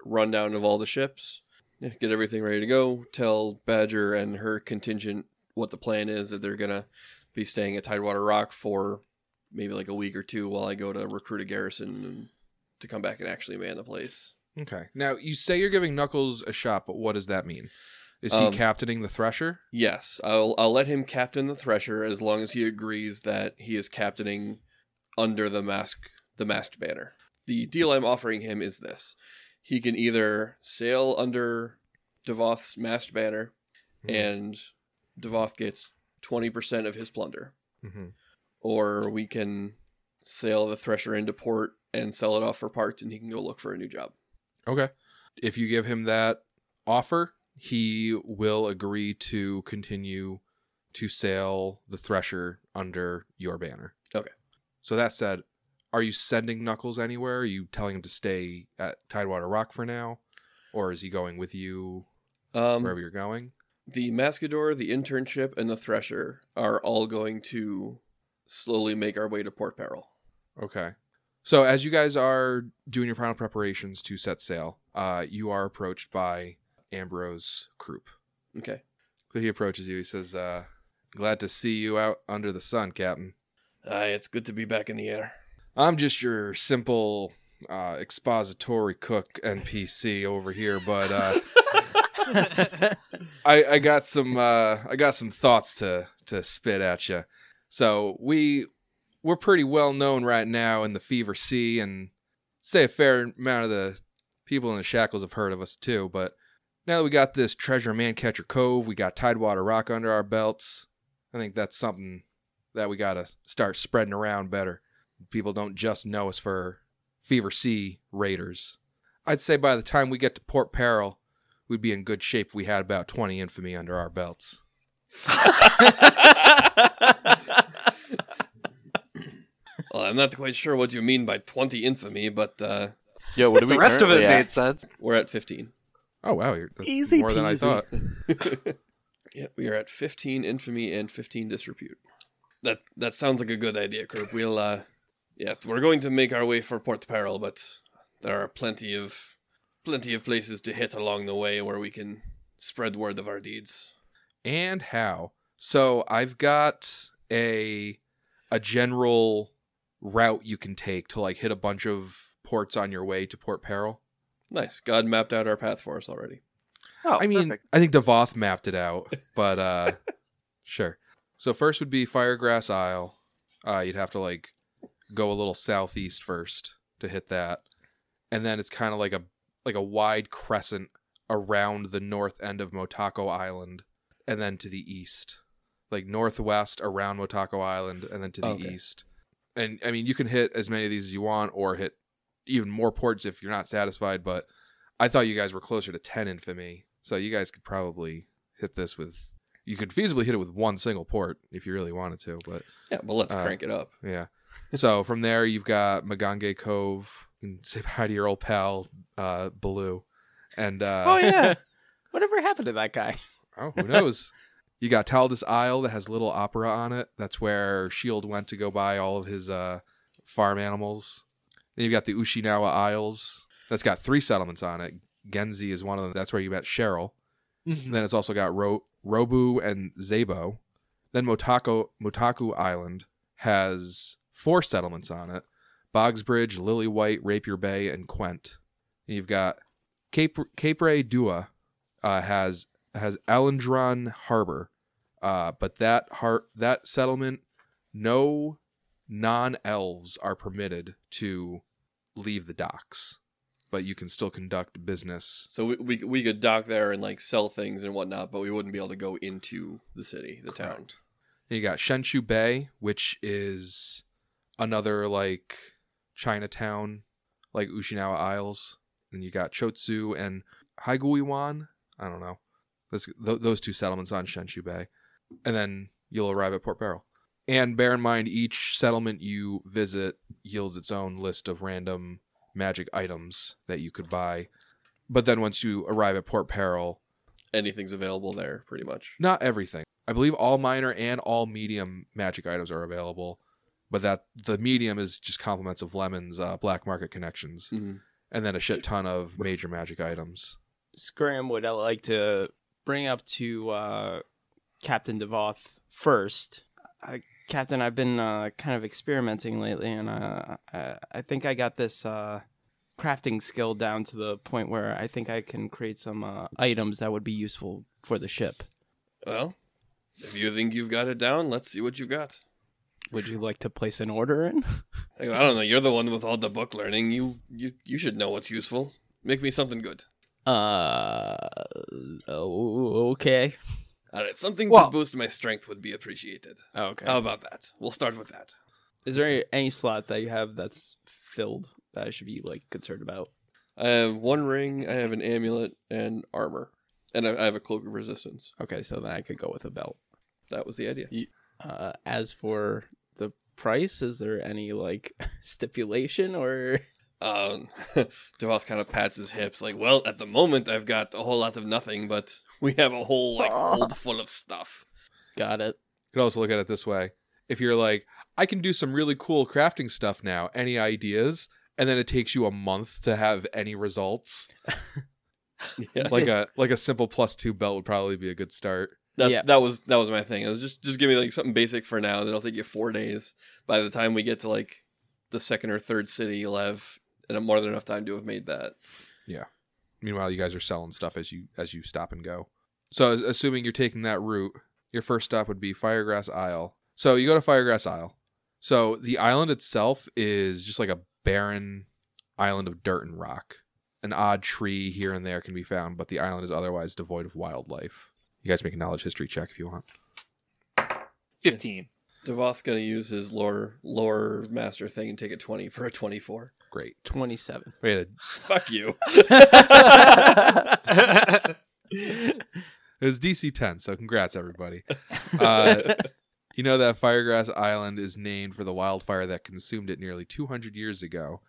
C: rundown of all the ships, yeah, get everything ready to go. Tell Badger and her contingent what the plan is that they're gonna be staying at Tidewater Rock for maybe like a week or two while I go to recruit a garrison and to come back and actually man the place.
B: Okay. Now you say you're giving Knuckles a shot, but what does that mean? Is he
C: Um,
B: captaining the Thresher?
C: Yes, I'll I'll let him captain the Thresher as long as he agrees that he is captaining under the mask the mast banner. The deal I'm offering him is this: he can either sail under Devoth's mast banner, and Devoth gets twenty percent of his plunder, Mm-hmm.
B: Mhm.
C: or we can sail the Thresher into port and sell it off for parts, and he can go look for a new job.
B: Okay. If you give him that offer, he will agree to continue to sail the Thresher under your banner.
C: Okay.
B: So that said, are you sending Knuckles anywhere? Are you telling him to stay at Tidewater Rock for now? or is he going with you wherever
C: Um,
B: you're going?
C: the Mascador, the internship, and the Thresher are all going to slowly make our way to Port Peril.
B: Okay. So as you guys are doing your final preparations to set sail, uh, you are approached by Ambrose Croup.
C: Okay.
B: So he approaches you. He says, uh, "Glad to see you out under the sun, Captain.
C: Aye, it's good to be back in the air.
B: I'm just your simple uh, expository cook NPC over here, but uh, I, I got some uh, I got some thoughts to to spit at you. So we we're pretty well known right now in the Fever Sea, and say a fair amount of the people in the shackles have heard of us too. But now that we got this Treasure Man Catcher Cove, we got Tidewater Rock under our belts. I think that's something that we gotta start spreading around better. People don't just know us for Fever Sea raiders. I'd say by the time we get to Port Peril, we'd be in good shape if we had about 20 infamy under our belts.
C: Well, I'm not quite sure what you mean by 20 infamy, but uh,
F: Yo, what do we
A: the rest of it
F: currently at?
A: made sense.
C: we're at 15.
B: Oh, wow. You're, that's
D: Easy
B: more than I
D: peasy.
B: thought.
C: Yeah, we are at 15 infamy and 15 disrepute. That that sounds like a good idea, Krupp. We'll uh yeah, we're going to make our way for Port Peril, but there are plenty of plenty of places to hit along the way where we can spread word of our deeds.
B: and how. So I've got a a general route you can take to like hit a bunch of ports on your way to Port Peril.
C: Nice. God mapped out our path for us already.
A: Oh,
B: I mean,
A: perfect.
B: I think Devoth mapped it out, but uh sure. So first would be Firegrass Isle. Uh you'd have to like go a little southeast first to hit that. And then it's kind of like a like a wide crescent around the north end of Motako Island and then to the east. Like northwest around Motako Island and then to the
C: Okay.
B: east. And I mean, you can hit as many of these as you want or hit even more ports if you're not satisfied, but I thought you guys were closer to 10 infamy, so you guys could probably hit this with. You could feasibly hit it with one single port if you really wanted to, but
C: Yeah, but let's
B: Uh,
C: crank it up.
B: yeah. so from there, you've got Magange Cove. You can say hi to your old pal, uh, Baloo. And,
A: oh
B: uh,
A: yeah,
D: Whatever happened to that guy?
B: oh, who knows? You got Taldis Isle that has little opera on it. That's where Shield E went to go buy all of his uh, farm animals. Then you've got the Ushinawa Isles. That's got three settlements on it. Genzi is one of them. That's where you met Cheryl. And
A: Mhm.
B: then it's also got Ro- Robu and Zabo. Then Motako Motaku Island has four settlements on it: Boggs Bridge, Lily White, Rapier Bay, and Quent. And you've got Cape Capre Dua uh, has has Alendron Harbor, uh, but that har- that settlement, no non elves are permitted to leave the docks, but you can still conduct business
C: So we, we we could dock there and like sell things and whatnot, but we wouldn't be able to go into the city, the town.
B: Correct. You got Shenshu Bay, which is another like Chinatown, like Ushinawa Isles. And you got Chotsu and Haiguiwan. I don't know. Those, th- those two settlements on Shenshu Bay. And then you'll arrive at Port Barrel. And bear in mind, each settlement you visit yields its own list of random magic items that you could buy. But then once you arrive at Port Peril,
C: Anything's available there, pretty much.
B: not everything. I believe all minor and all medium magic items are available, but that the medium is just compliments of Lemon's uh, black market connections,
C: Mhm.
B: and then a shit ton of major magic items.
D: Scram would I like to bring up to uh, Captain Devoth first. Uh, Captain, I've been uh, kind of experimenting lately, and uh, I, I think I got this uh, crafting skill down to the point where I think I can create some uh, items that would be useful for the ship.
C: Well, if you think you've got it down, let's see what you've got.
D: Would you like to place an order in?
C: Hey, I don't know. You're the one with all the book learning. You you you should know what's useful. Make me something good.
D: Uh, oh, okay.
C: All right, something
A: Well-
C: to boost my strength would be appreciated.
D: Oh, Okay.
C: How about that? We'll start with that.
D: Um, Is there any, any slot that you have that's filled that I should be like concerned about?
C: I have one ring. I have an amulet and armor, and I, I have a cloak of resistance.
D: Okay, so then I could go with a belt.
C: That was the idea.
D: Uh, as for the price, is there any like stipulation or
C: Um, Devoth kind of pats his hips, like, "Well, at the moment, I've got a whole lot of nothing, but we have a whole like hold full of stuff."
D: Got it.
B: You could also look at it this way. If you're like, I can do some really cool crafting stuff now, any ideas? And then it takes you a month to have any results.
C: Yeah,
B: Like a like a simple plus two belt would probably be a good start.
C: that's,
D: Yeah.
C: that was that was my thing. I was just just give me like something basic for now, and it'll take you four days. By the time we get to like the second or third city, you'll have and more than enough time to have made that.
B: Meanwhile, you guys are selling stuff as you as you stop and go. So, as- assuming you're taking that route, your first stop would be Firegrass Isle. So you go to Firegrass Isle. So the island itself is just like a barren island of dirt and rock. An odd tree here and there can be found, but the island is otherwise devoid of wildlife. You guys make a knowledge history check if you want.
A: Fifteen.
C: Devoth's gonna use his lore lore master thing and take a twenty for a twenty four.
B: Great.
D: 27.
B: Way to
C: Fuck you.
D: Uh,
B: It was DC 10, so congrats, everybody. Uh, you know that Firegrass Island is named for the wildfire that consumed it nearly 200 years ago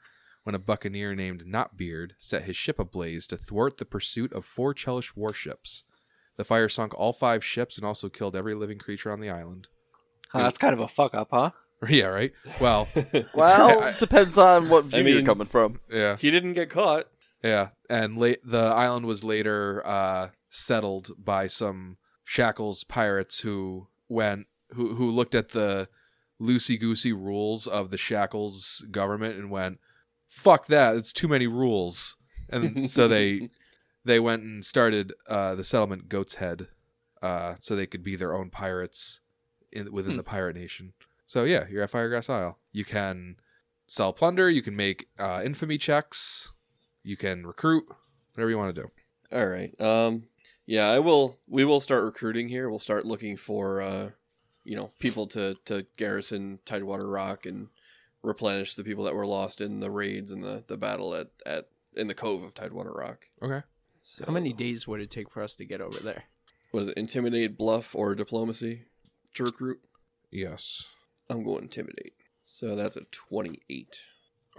B: when a buccaneer named Knotbeard set his ship ablaze to thwart the pursuit of four Chelish warships. The fire sunk all five ships and also killed every living creature on the island.
A: Huh, that's kind of a fuck up, huh?
B: yeah, right? Well,
F: Well,
B: I-
F: depends on what view you're
C: mean-
F: coming from.
B: yeah.
C: he didn't get caught.
B: Yeah, and late the island was later uh, settled by some shackles pirates who went who who looked at the loosey goosey rules of the shackles government and went, "Fuck that! It's too many rules." And so they they went and started uh, the settlement Goat's Head, uh, so they could be their own pirates in, within the pirate nation. So yeah, you're at Firegrass Isle. You can sell plunder. You can make uh, infamy checks you can recruit whatever you want to do
C: All right. Um yeah, I will we will start recruiting here. We'll start looking for uh you know, people to to garrison Tidewater Rock and replenish the people that were lost in the raids and the the battle at at in the cove of Tidewater Rock.
B: okay
C: So,
D: How many days would it take for us to get over there?
C: was it intimidate, bluff or diplomacy to recruit?
B: yes
C: I'm going intimidate. So that's a 28.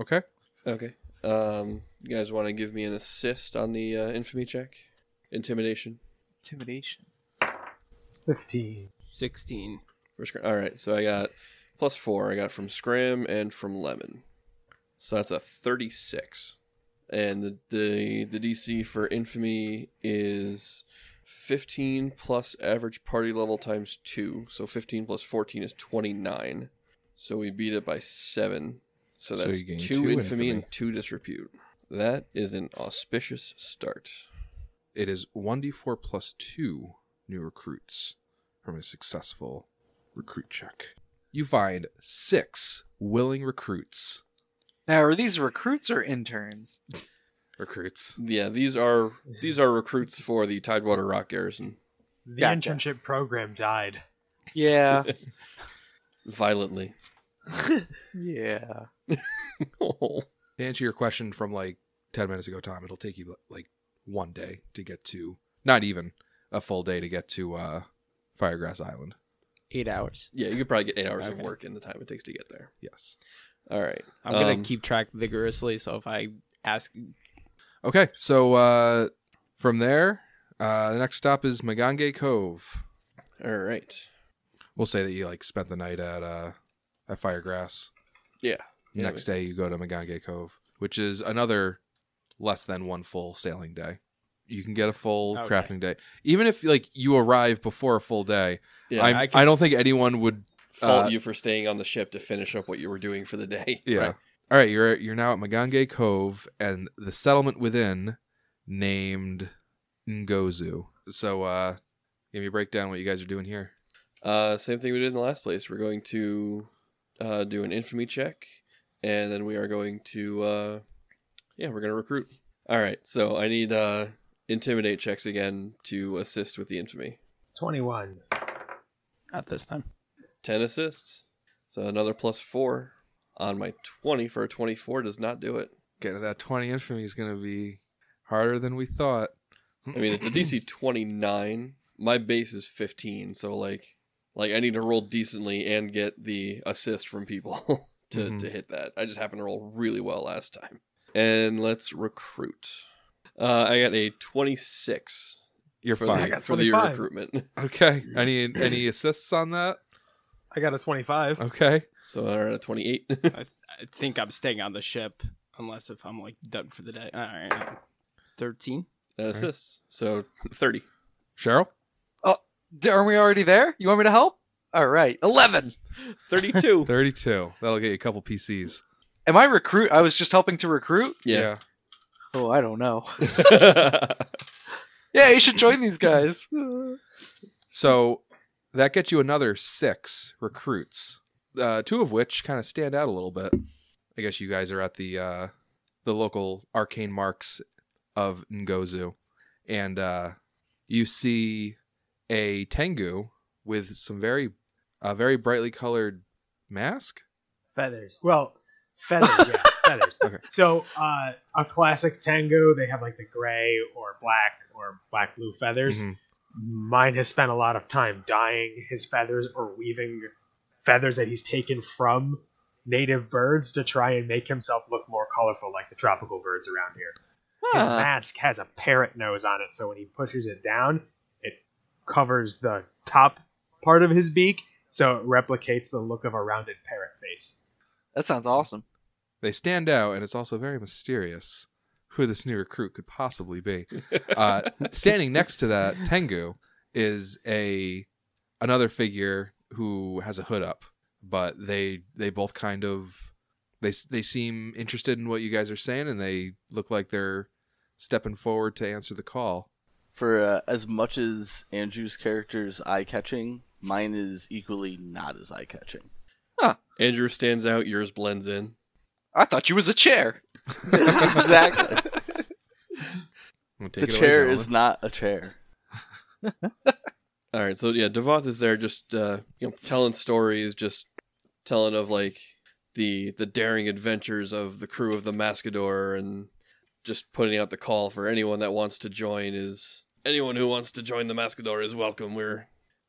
B: okay
C: Okay. Um you guys want to give me an assist on the uh, infamy check? Intimidation.
A: Intimidation.
E: Fifteen.
D: 16.
C: For Scrim. All right, so I got plus four. I got from Scrim and from Lemon. So that's a 36. And the, the, the DC for Infamy is 15 plus average party level times 2. So 15 plus 14 is 29. So we beat it by 7. So
B: So
C: that's
B: you gain
C: 2,
B: two
C: infamy,
B: infamy.
C: and 2 Disrepute. That is an auspicious start.
B: it is 1d4 plus 2 new recruits from a successful recruit check you find six willing recruits
A: Now, are these recruits or interns?
B: recruits
C: Yeah, these are these are recruits for the Tidewater Rock Garrison.
E: The
A: Gotcha.
E: internship program died.
A: Yeah.
C: Violently.
A: yeah.
C: Oh.
B: to answer your question from like 10 minutes ago tom it'll take you like one day to get to not even a full day to get to uh firegrass island
D: Eight hours.
C: Yeah, you could probably get eight hours of
D: Okay.
C: work in the time it takes to get there.
B: yes
C: All right.
D: I'm going
C: Um,
D: to keep track vigorously, so if I ask.
B: okay so uh from there uh the next stop is magange cove
C: All right.
B: We'll say that you like spent the night at uh at Firegrass.
C: Yeah.
B: Next day you go to Magange Cove, which is another less than one full sailing day. You can get a full
D: Okay.
B: crafting day. Even if like you arrive before a full day,
C: Yeah.
B: I'm,
D: I
B: I,
D: can
B: don't
D: s-
B: think anyone would
C: fault
B: uh,
C: you for staying on the ship to finish up what you were doing for the day.
B: Yeah.
D: Right.
B: All right, you're you're now at Magange Cove and the settlement within named Ngozu. So uh give me a breakdown what you guys are doing here.
C: Uh, same thing we did in the last place. We're going to uh, do an infamy check, and then we are going to, uh, yeah, we're going to recruit. All right. So I need uh, intimidate checks again to assist with the infamy.
E: Twenty-one.
D: Not this time.
C: 10 assists. So another plus four on my 20 for a 24 does not do it.
B: Getting that 20 infamy is going to be harder than we thought.
C: I mean, it's a DC 29. My base is 15, so like, like I need to roll decently and get the assist from people to
B: Mhm.
C: to hit that. I just happened to roll really well last time. and let's recruit. Uh, I got a 26
B: You're
C: for,
B: fine.
C: the,
E: got
C: for the year
E: 25.
C: recruitment.
B: Okay. Any any assists on that?
E: I got a 25.
B: Okay.
C: So I got a 28.
G: I think I'm staying on the ship unless if I'm like done for the day. All right, thirteen.
C: that assists. So 30.
B: Cheryl?
A: D- Aren't we already there? You want me to help? All right, eleven.
C: 32.
B: 32. That'll get you a couple PCs.
A: Am I recruit? I was just helping to recruit.
C: yeah.
A: Oh, I don't know. Yeah, you should join these guys.
B: So that gets you another six recruits, uh, two of which kind of stand out a little bit. I guess you guys are at the uh, the local arcane marks of Ngozu, and uh, you see a Tengu with some very a very brightly colored mask.
E: Feathers. Well, feathers, yeah, feathers.
B: Okay.
E: So, uh, a classic tango, they have like the gray or black or black blue feathers.
B: Mhm.
E: Mine has spent a lot of time dyeing his feathers or weaving feathers that he's taken from native birds to try and make himself look more colorful like the tropical birds around here. His
A: Huh.
E: mask has a parrot nose on it, so when he pushes it down, it covers the top part of his beak, so it replicates the look of a rounded parrot face.
A: That sounds awesome.
B: They stand out, and it's also very mysterious who this new recruit could possibly be. Uh, standing next to that Tengu is a another figure who has a hood up, but they they both kind of they they seem interested in what you guys are saying, and they look like they're stepping forward to answer the call.
F: For uh, as much as Andrew's character is eye catching, mine is equally not as eye catching.
C: Andrew stands out. Yours blends in.
A: I thought you was a chair.
F: exactly.
B: I'm gonna take
F: The
B: it away,
F: chair
B: gentlemen.
F: is not a chair.
C: All right, so yeah, Devoth is there, just uh, you know, telling stories, just telling of like the the daring adventures of the crew of the Mascador, and just putting out the call for anyone that wants to join is anyone who wants to join the Mascador is welcome. We're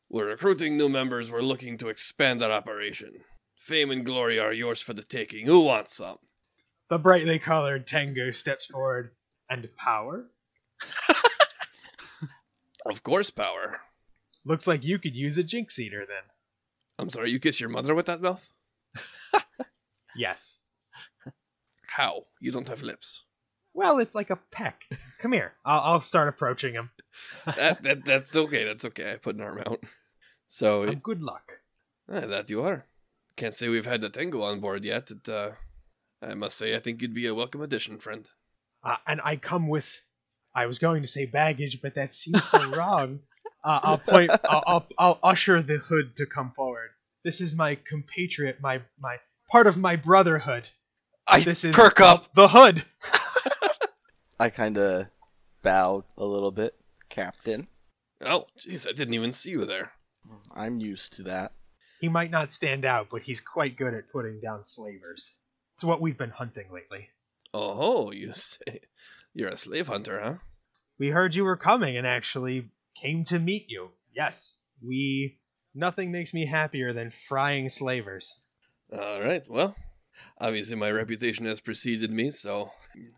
C: we're recruiting new members. We're looking to expand our operation. Fame and glory are yours for the taking. Who wants some?
E: The brightly colored Tengu steps forward, and power
C: Of course, power.
E: looks like you could use a Jinx Eater then.
C: I'm sorry, you kiss your mother with that mouth?
E: Yes.
C: How? You don't have lips.
E: Well, it's like a peck. Come here. I'll, I'll start approaching him.
C: that, that that's okay. That's okay. I put an arm out. So
E: Uh, good luck.
C: ah, that you are. Can't say we've had the Tengu on board yet. It, uh, I must say, I think you'd be a welcome addition, friend.
E: Uh, and I come with. I was going to say baggage, but that seems so wrong. Uh, I'll point. I'll, I'll, I'll usher the hood to come forward. This is my compatriot. My my part of my brotherhood.
A: I
E: This is-
A: perk up.
E: The hood.
F: I kind of bowed a little bit, Captain.
C: Oh, jeez, I didn't even see you there.
F: I'm used to that.
E: He might not stand out, but he's quite good at putting down slavers. It's what we've been hunting lately.
C: Oh, you say you're a slave hunter, huh?
E: We heard you were coming and actually came to meet you. Yes, we. Nothing makes me happier than frying slavers.
C: All right. Well, obviously my reputation has preceded me, so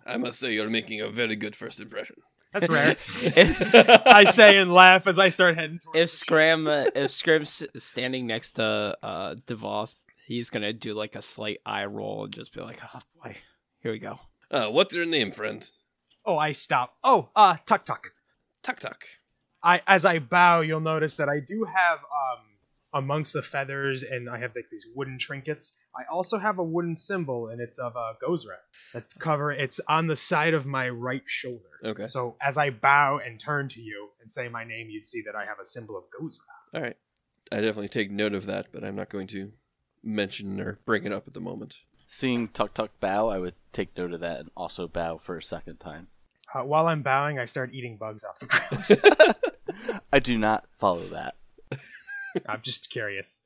C: I must say you're making a very good first impression.
E: That's rare. I
D: if
E: say and laugh as I start heading towards.
G: If Scram, uh, if Scram's standing next to uh, Devoth, he's gonna do like a slight eye roll and just be like, "Oh boy, here we go."
C: Uh, what's your name, friend?
E: Oh, I stop. Oh, uh, Tuck Tuck.
C: Tuck Tuck.
E: I as I bow, you'll notice that I do have um amongst the feathers, and I have like these wooden trinkets. I also have a wooden symbol, and it's of a Gozra. That's cover. It's on the side of my right shoulder.
C: Okay.
E: So as I bow and turn to you and say my name, you'd see that I have a symbol of Gozra.
C: All right. I definitely take note of that, but I'm not going to mention or bring it up at the moment.
F: Seeing Tuck Tuck bow, I would take note of that and also bow for a second time.
E: Uh, while I'm bowing, I start eating bugs off the ground.
F: I do not follow that.
E: I'm just curious.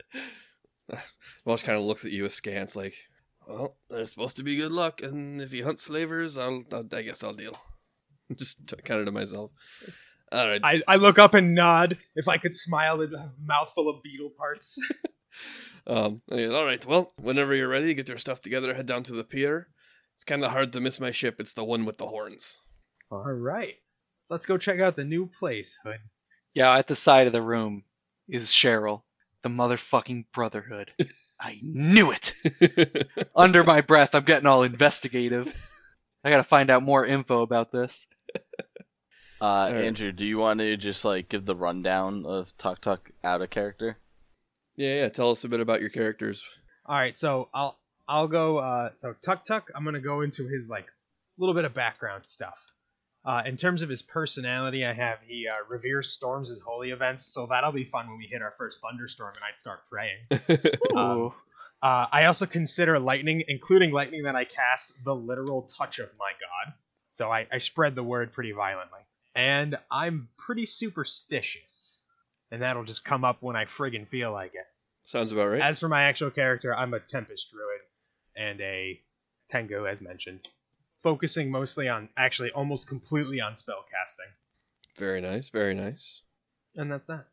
C: Welsh kind of looks at you askance, like, "Well, there's supposed to be good luck, and if you hunt slavers, I'll, I'll I guess I'll deal." Just t- kind of to myself. All right,
E: I, I look up and nod. If I could smile, it'd have a mouthful of beetle parts.
C: um, anyway, all right. Well, whenever you're ready, get your stuff together, head down to the pier. It's It's kind of hard to miss my ship. It's the one with the horns.
E: All right. Let's go check out the new place, Hood.
A: Yeah, at the side of the room is Cheryl, the motherfucking Brotherhood. I knew it! Under my breath, I'm getting all investigative. I gotta find out more info about this.
F: Uh,
C: right.
F: Andrew, do you want to just like give the rundown of Talk Talk out of character?
C: yeah, yeah. Tell us a bit about your characters.
E: All right, so I'll I'll go. Uh, so Tuck Tuck, I'm gonna go into his like little bit of background stuff. Uh, in terms of his personality, I have he uh, reveres storms as holy events, so that'll be fun when we hit our first thunderstorm and I'd start praying. Um,
A: Ooh.
E: uh, I also consider lightning, including lightning that I cast, the literal touch of my god. So I, I spread the word pretty violently, and I'm pretty superstitious, and that'll just come up when I friggin' feel like it.
C: Sounds about right.
E: As for my actual character, I'm a Tempest Druid and a Tengu, as mentioned, focusing mostly on, actually, almost completely on spellcasting.
C: very nice. Very nice.
E: And that's that.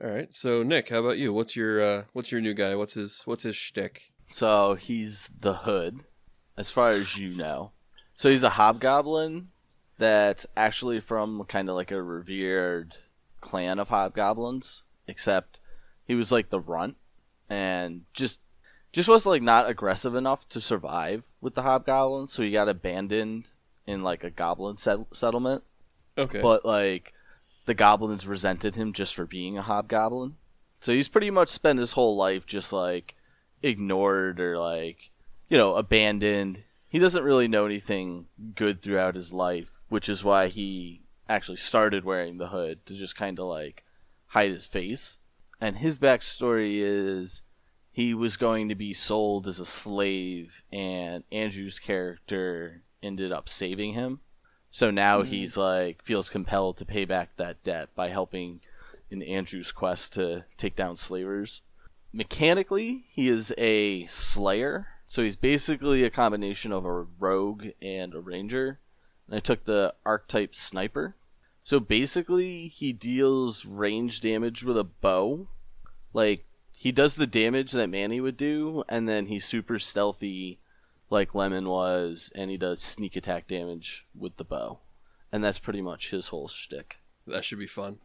C: All right. So Nick, how about you? What's your uh, what's your new guy? What's his what's his shtick?
F: So he's the hood, as far as you know. So he's a hobgoblin that's actually from kind of like a revered clan of hobgoblins, except he was like the runt and just just was like not aggressive enough to survive with the hobgoblins, so he got abandoned in like a goblin set- settlement.
C: Okay.
F: But like the goblins resented him just for being a hobgoblin. So he's pretty much spent his whole life just like ignored or like you know, abandoned. He doesn't really know anything good throughout his life, which is why he actually started wearing the hood to just kind of like hide his face. And his backstory is he was going to be sold as a slave, and Andrew's character ended up saving him. So now he's like feels compelled to pay back that debt by helping in Andrew's quest to take down slavers. Mechanically, he is a slayer, so he's basically a combination of a rogue and a ranger. And I took the archetype sniper. So basically, he deals range damage with a bow. Like he does the damage that Manny would do, and then he's super stealthy like Lemon was, and he does sneak attack damage with the bow. And that's pretty much his whole shtick.
C: that should be fun.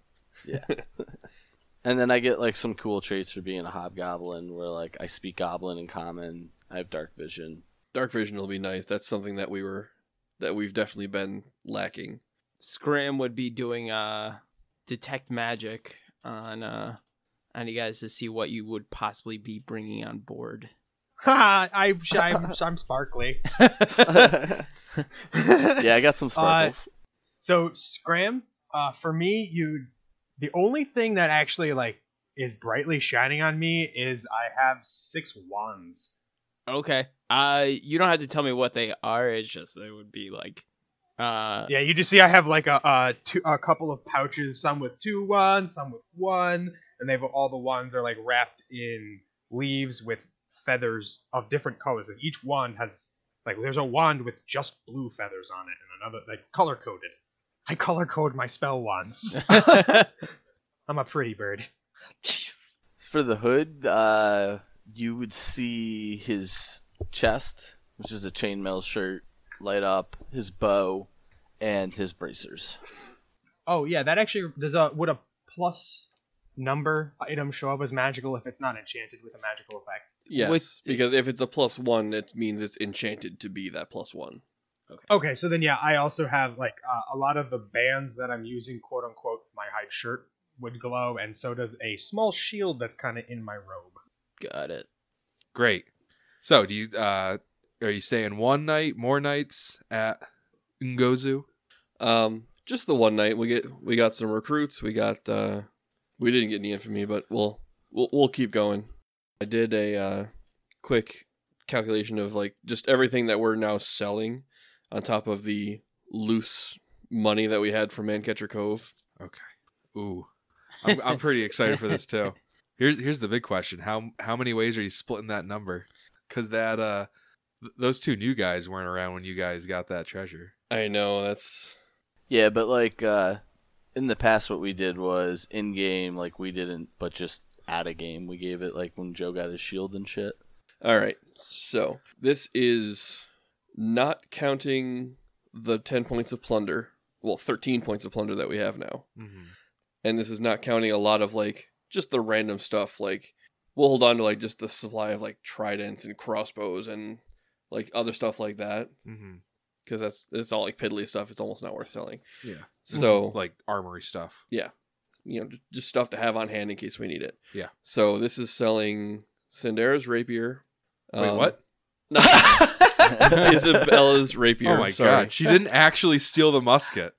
F: And then I get like some cool traits for being a hobgoblin where like I speak goblin in common, I have dark vision.
C: Dark vision will be nice. That's something that we were that we've definitely been lacking.
G: Scram would be doing uh detect magic on uh on you guys to see what you would possibly be bringing on board.
E: Ha! I'm, sh- I'm, I'm sparkly.
F: Yeah, I got some sparkles.
E: So, Scram, uh, for me, you. The only thing that actually, like, is brightly shining on me is I have six wands.
G: okay. Uh you don't have to tell me what they are, it's just they would be like uh
E: Yeah, you just see I have like a a, two, a couple of pouches, some with two wands, some with one, and they've all the wands are like wrapped in leaves with feathers of different colors. Like each wand has like there's a wand with just blue feathers on it, and another like color coded. I color code my spell wands. I'm a pretty bird.
A: Jeez.
F: For the hood, uh, you would see his chest, which is a chainmail shirt, light up, his bow, and his bracers.
E: Oh yeah, that actually does a would a plus number item show up as magical if it's not enchanted with a magical effect.
C: Yes,
G: With-
C: because if it's a plus one, it means it's enchanted to be that plus one.
E: Okay, so then yeah, I also have like uh, a lot of the bands that I'm using, quote unquote, my hype shirt would glow, and so does a small shield that's kind of in my robe.
G: got it.
B: Great. So, do you uh are you saying one night, more nights at Ngozu?
C: Um, just the one night we get we got some recruits. We got uh, we didn't get any infamy, but we'll we'll, we'll keep going. I did a uh, quick calculation of like just everything that we're now selling, on top of the loose money that we had from Mancatcher Cove.
B: Okay. Ooh. I'm, I'm pretty excited for this too. Here's here's the big question. How how many ways are you splitting that number? Cuz that uh th- those two new guys weren't around when you guys got that treasure.
C: I know that's
F: Yeah, but like uh, in the past, what we did was in game, like we didn't, but just at a game, we gave it like when Joe got his shield and shit.
C: All right. So this is not counting the 10 points of plunder, well, 13 points of plunder that we have now.
B: Mm-hmm.
C: And this is not counting a lot of like just the random stuff. Like, we'll hold on to like just the supply of like tridents and crossbows and like other stuff like that
B: Mm-hmm.
C: because that's it's all like piddly stuff. It's almost not worth selling.
B: Yeah.
C: So
B: Mm-hmm. like armory stuff.
C: you know, j- just stuff to have on hand in case we need it.
B: Yeah.
C: So this is selling Sandera's rapier. Um,
B: Wait, what?
C: No, Isabella's rapier.
B: oh my
C: sorry.
B: god, she didn't actually steal the musket.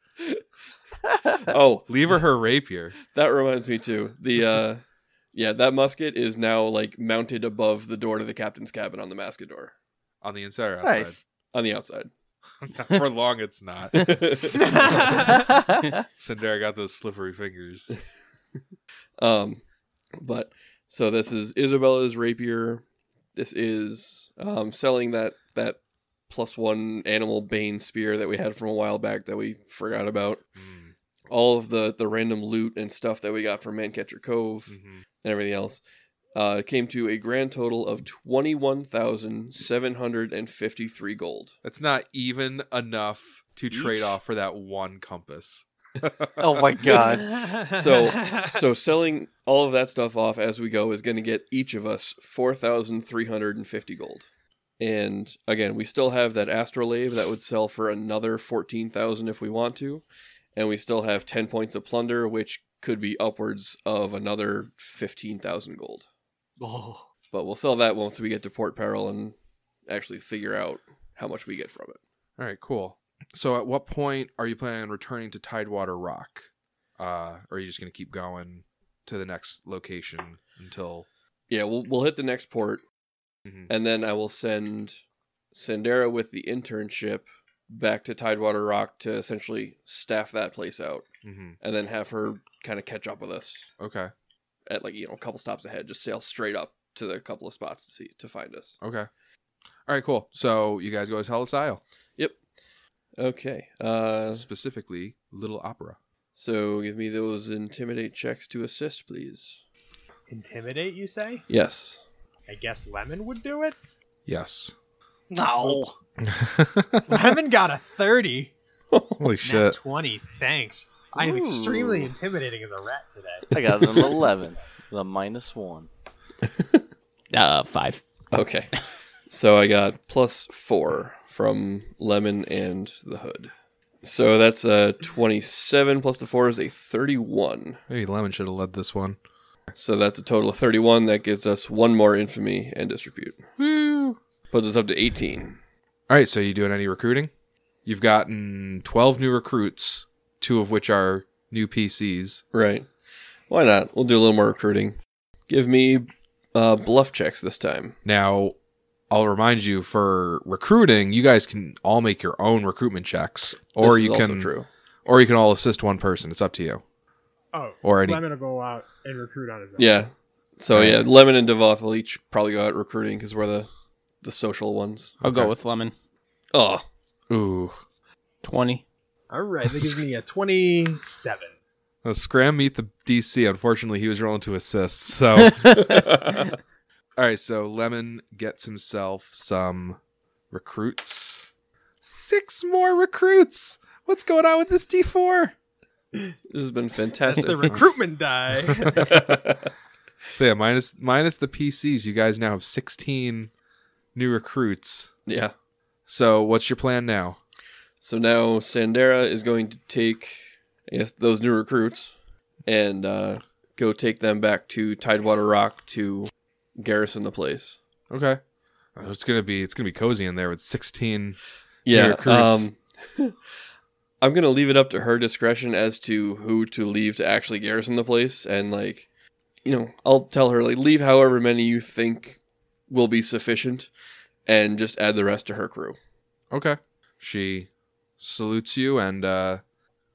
C: Oh,
B: Leave her her rapier.
C: that reminds me too. The uh yeah, that musket is now like mounted above the door to the captain's cabin on the Mascador
B: On the inside or outside?
A: nice.
C: on the outside.
B: For long, it's not. Sandera got those slippery fingers.
C: um but so this is Isabella's rapier. This is um selling that that plus one animal bane spear that we had from a while back that we forgot about.
B: Mm,
C: all of the the random loot and stuff that we got from Mancatcher Cove
B: mhm.
C: and everything else uh, came to a grand total of twenty one thousand seven hundred and fifty three gold.
B: That's not even enough to trade off for that one compass.
A: Oh my god.
C: So- So selling all of that stuff off as we go is going to get each of us four thousand three hundred and fifty gold. And again, we still have that astrolabe that would sell for another fourteen thousand if we want to, and we still have ten points of plunder, which could be upwards of another fifteen thousand gold.
A: Oh.
C: but we'll sell that once we get to Port Peril and actually figure out how much we get from it.
B: All right, cool. So, at what point are you planning on returning to Tidewater Rock? Uh, or are you just going to keep going to the next location until?
C: Yeah, we'll we'll hit the next port,
B: Mhm.
C: and then I will send Sandera with the internship back to Tidewater Rock to essentially staff that place out,
B: Mhm.
C: and then have her kind of catch up with us
B: Okay,
C: at like you know a couple stops ahead. Just sail straight up to the couple of spots to see to find us.
B: okay. All right, cool. So you guys go to Tellis Isle,
C: Okay, uh,
B: specifically Little Opera.
C: so give me those intimidate checks to assist, please.
E: Intimidate, you say?
C: Yes.
E: I guess Lemon would do it.
B: Yes.
A: No.
E: Lemon got a thirty.
B: Holy
E: Nat
B: shit!
E: twenty. Thanks. I am extremely
F: Ooh.
E: intimidating as a rat today.
F: I got an 11. The minus one.
G: Uh, five.
C: Okay. So I got plus four from Lemon and the Hood. So that's a 27 plus the four is a 31.
B: Maybe Lemon should have led this one.
C: So that's a total of 31. That gives us one more infamy and distribute.
B: Woo!
C: Puts us up to 18.
B: All right, so you doing any recruiting? You've gotten 12 new recruits, two of which are new PCs.
C: Right. Why not? We'll do a little more recruiting. Give me uh, bluff checks this time.
B: Now, I'll remind you for recruiting, you guys can all make your own recruitment checks or
C: This is
B: you
C: also
B: can
C: true.
B: or you can all assist one person. It's up to you.
E: Oh,
B: Or any
E: Lemon will go out and recruit on his own.
C: Yeah. So
B: Right.
C: yeah, Lemon and Devoth will each probably go out recruiting because we're the the social ones.
G: I'll go
B: Okay.
G: with lemon.
C: Oh,
B: Ooh.
G: Twenty.
E: All right, that gives me a twenty-seven.
B: Uh, Scram meet the DC. Unfortunately, he was rolling to assist. So
G: oh.
B: All right, so Lemon gets himself some recruits. Six more recruits. What's going on with this D4?
C: this has been
E: That's
C: fantastic.
E: the recruitment die.
B: So yeah, minus minus the PCs, you guys now have 16 new recruits.
C: yeah.
B: So what's your plan now?
C: So now Sandera is going to take, I guess, those new recruits and uh, go take them back to Tidewater Rock to garrison the place.
B: Okay. Oh, It's gonna be it's gonna be cozy in there with 16. New
C: Yeah.
B: recruits.
C: um, I'm going to leave it up to her discretion as to who to leave to actually garrison the place. And, like, you know, I'll tell her, like, leave however many you think will be sufficient and just add the rest to her crew.
B: Okay. She salutes you and uh,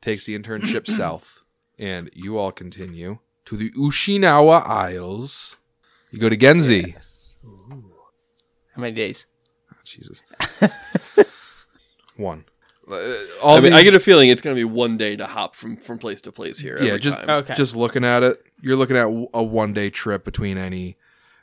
B: takes the internship south, and you all continue to the Ushinawa Isles. You go to Genzi.
E: Yes. Ooh.
G: How many days?
B: Oh, Jesus. One. Uh, all
C: I mean, I
B: these-
C: get a feeling it's going to be one day to hop from, from place to place here.
B: yeah,
C: every
B: just
C: time.
G: Okay.
B: just looking at it, you're looking at w- a one day trip between any,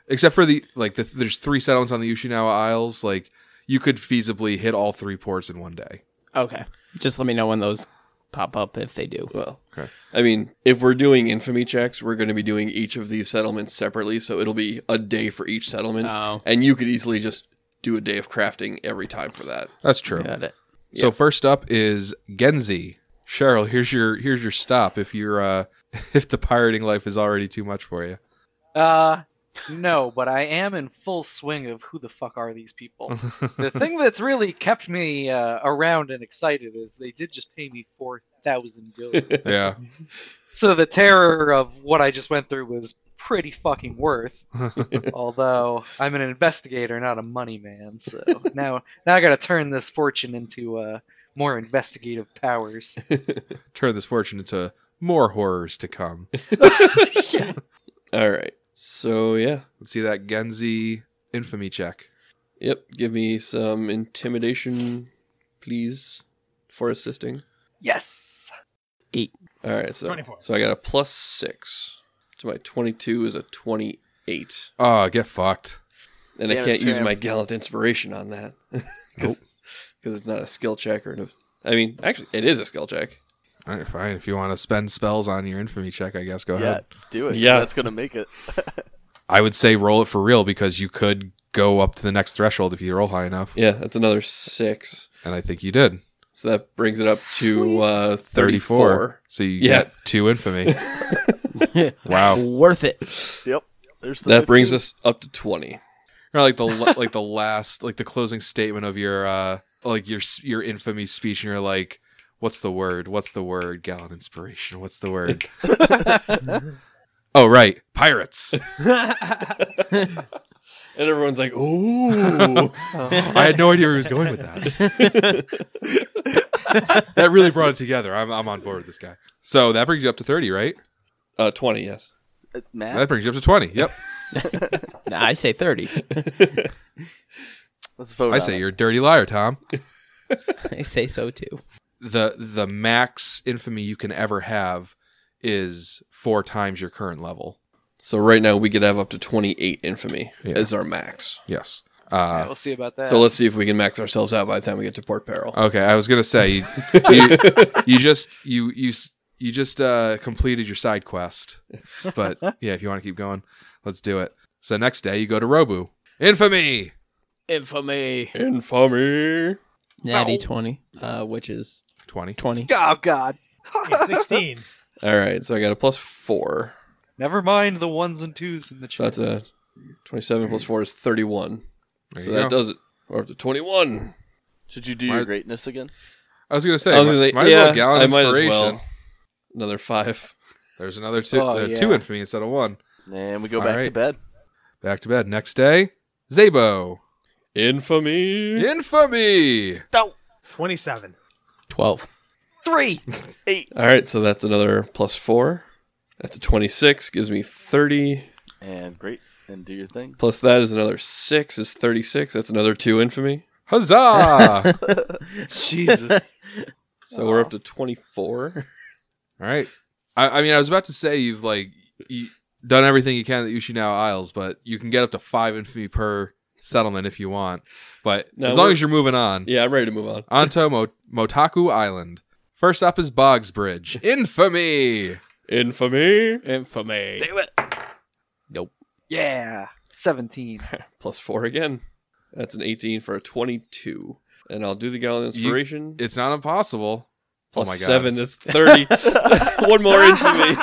B: except for the like the, there's three settlements on the Ushinawa Isles. Like you could feasibly hit all three ports in one day.
G: Okay. Just let me know when those pop up if they do.
C: Well,
B: Okay.
C: I mean, if we're doing infamy checks, we're going to be doing each of these settlements separately, so it'll be a day for each settlement,
B: Ah.
G: Oh,
C: and you could easily just do a day of crafting every time for that.
B: That's true.
G: got it.
B: So first up is Genzi. Cheryl, here's your here's your stop if you're uh if the pirating life is already too much for you.
A: Uh, no, but I am in full swing of who the fuck are these people. the thing that's really kept me uh, around and excited is they did just pay me 4,000 gold.
B: yeah.
A: so the terror of what I just went through was pretty fucking worth. Although I'm an investigator, not a money man, so now now I got to turn this fortune into uh, more investigative powers.
B: Turn this fortune into more horrors to come.
A: yeah.
C: All right. So, yeah.
B: Let's see that Genzi infamy check.
C: Yep. Give me some intimidation, please, for assisting.
A: Yes.
C: All right. So,
E: 24.
C: so I got a plus six. So my 22 is a 28.
B: Oh, get fucked.
C: And I
F: Damn it,
C: can't use
F: Sam.
C: my gallant inspiration on that. Because
B: Nope.
C: it's not a skill check or. An, I mean, actually, it is a skill check.
B: All right, fine. If you want to spend spells on your infamy check, I guess go
F: yeah,
B: ahead.
F: do it.
C: Yeah.
F: Yeah, that's gonna make it.
B: I would say roll it for real because you could go up to the next threshold if you roll high enough,
C: Yeah, that's another six.
B: and I think you did.
C: So that brings it up to uh, 34.
B: So you
C: Yeah.
B: get two infamy. wow.
G: Worth it.
F: Yep. There's the
C: That brings
F: 15.
C: us up to 20.
B: Or like the la- like the last like the closing statement of your uh like your s- your infamy speech and you're like what's the word what's the word gallant inspiration what's the word oh right pirates
C: And everyone's like, ooh.
B: I had no idea where he was going with that that really brought it together I'm I'm on board with this guy so that brings you up to thirty right
C: uh, 20, yes.
F: Uh, Matt,
B: that brings you up to twenty yep
G: Nah, I say 30.
F: let's vote.
B: I
F: on
B: say
F: it.
B: you're a dirty liar Tom
G: I say so too.
B: the the max infamy you can ever have is four times your current level
C: So right now we could have up to 28 infamy
B: Yeah.
C: as our max.
B: yes uh
A: we'll see about that.
C: So let's see if we can max ourselves out by the time we get to Port Peril.
B: Okay, I was gonna say you, you, you just you you s- you just uh, completed your side quest, but yeah, if you want to keep going, let's do it. So next day you go to Robu. Infamy.
G: Infamy.
C: Infamy.
G: Natty 20, uh, which is
B: Twenty.
G: 20.
A: oh god.
E: Hey, 16.
C: All right, so I got a plus four.
A: Never mind the ones and twos in the
C: So
A: chat.
C: that's a 27 plus four is 31.
B: There
C: so
B: you
C: that
B: go.
C: does it. We're up to 21.
F: Should you do
B: Mar-
F: your greatness again?
B: I was gonna say.
C: I was gonna say,
B: might as
C: yeah,
B: well gallant
C: I might as
B: inspiration.
C: well. Another five.
B: There's another two.
A: Oh,
B: there are
A: yeah.
B: Two infamy instead of one.
F: And we go
B: All
F: back to
B: right.
F: bed.
B: Back to bed. Next day, Zabo.
C: Infamy.
B: Infamy.
E: 27.
G: 12.
A: Three.
C: All right, so that's another plus four. That's a 26, gives me 30.
F: And great. And do your thing.
C: Plus that is another six, is 36. That's another two infamy.
B: Huzzah!
A: Jesus.
C: So we're up to 24.
B: All right. I, I mean, I was about to say you've like you done everything you can at Ushinao Isles, but you can get up to five infamy per settlement if you want. But
C: No,
B: as long
C: we're-
B: as you're moving on,
C: Yeah, I'm ready to move on.
B: onto Mo- Motaku Island. First up is Boggs Bridge. Infamy.
C: Infamy.
G: Infamy.
A: yeah. Seventeen.
C: Plus four again. That's an 18 for a 22. And I'll do the Gallon
B: You-
C: Inspiration.
B: It's not impossible.
C: Plus
B: oh my god.
C: seven, that's 30. One more infamy.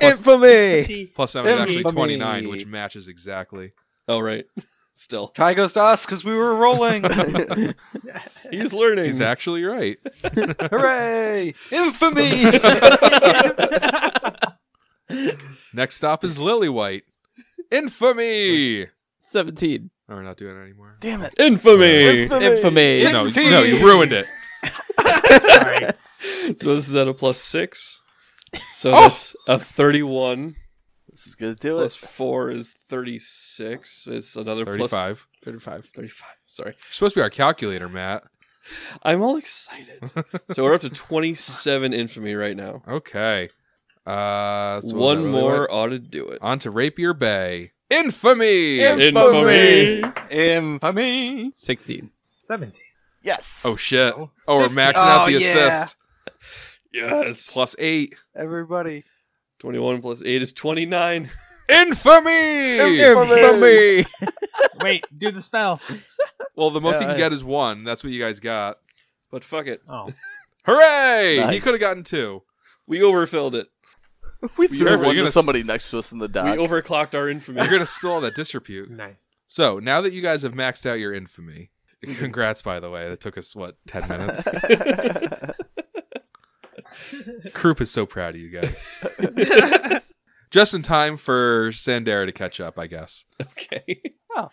B: Infamy. Plus seven is actually
A: Infamy.
B: twenty nine, which matches exactly.
C: Oh, right. Still.
A: Tie goes to us because we were rolling.
C: He's learning.
B: He's actually right.
A: Hooray! Infamy.
B: Next up is Lily White. Infamy.
G: 17.
B: Oh, we're not doing it anymore.
F: Damn it.
C: Infamy.
G: Infamy.
B: No,
A: Sixteen.
B: no, you ruined it.
E: Sorry.
C: so this is at a plus six. So
B: Oh!
C: that's a 31.
F: This is gonna do
C: Plus
F: it.
C: four is 36. It's another plus
B: 35.
C: 35. 35. Sorry.
B: You're supposed to be our calculator, Matt.
C: I'm all excited. so we're up to 27 infamy right now.
B: Okay. Uh, so what was
C: One
B: that, really
C: more
B: what?
C: ought to do it.
B: On to Rapier Bay. Infamy!
C: Infamy.
A: Infamy.
D: 16.
E: 17.
F: Yes.
B: Oh shit! Oh, we're maxing out the
A: Oh, yeah.
B: assist.
C: Yes.
B: Plus eight.
A: Everybody.
C: 21 plus 8 is 29.
B: Infamy!
D: Infamy!
E: Wait, do the spell.
B: Well, the most he
D: Yeah,
B: can
D: I-
B: get is one. That's what you guys got.
C: But fuck it.
E: Oh.
B: Hooray! He
F: Nice.
B: could have gotten two.
C: We overfilled it.
F: we
B: we
F: threw
B: over-
F: one
B: you're gonna
F: to somebody next to us in the dock.
C: We overclocked our infamy.
B: You're gonna spill all that disrepute.
E: Nice.
B: So now that you guys have maxed out your infamy, congrats by the way. That took us what ten minutes. Croup is so proud of you guys. Just in time for Sandera to catch up, I guess.
C: okay.
A: Oh.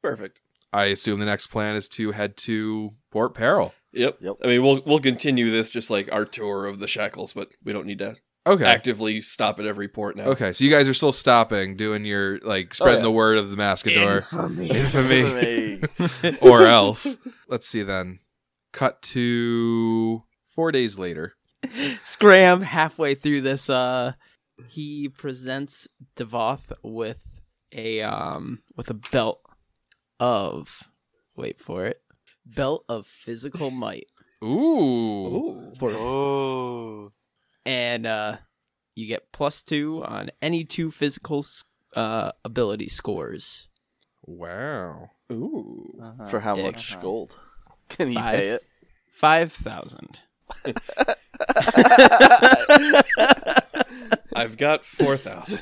C: Perfect.
B: I assume the next plan is to head to Port Peril.
C: Yep.
F: Yep.
C: I mean, we'll we'll continue this just like our tour of the shackles, but we don't need to
B: Okay.
C: actively stop at every port now.
B: Okay, so you guys are still stopping, doing your like spreading
C: Oh, yeah.
B: the word of the Mascador
E: Infamy.
B: infamy,
F: Hey.
B: or else. Let's see then. Cut to four days later.
G: Scram halfway through this uh he presents Devoth with a um with a belt of wait for it. Belt of physical might.
B: Ooh.
C: Ooh.
A: Oh.
G: And uh you get plus 2 on any two physical s- uh ability scores.
B: Wow.
C: Ooh.
A: Uh-huh.
F: For how
G: Dick.
F: much gold? Can he
G: Five.
F: pay it?
G: 5000.
C: I've got 4,000.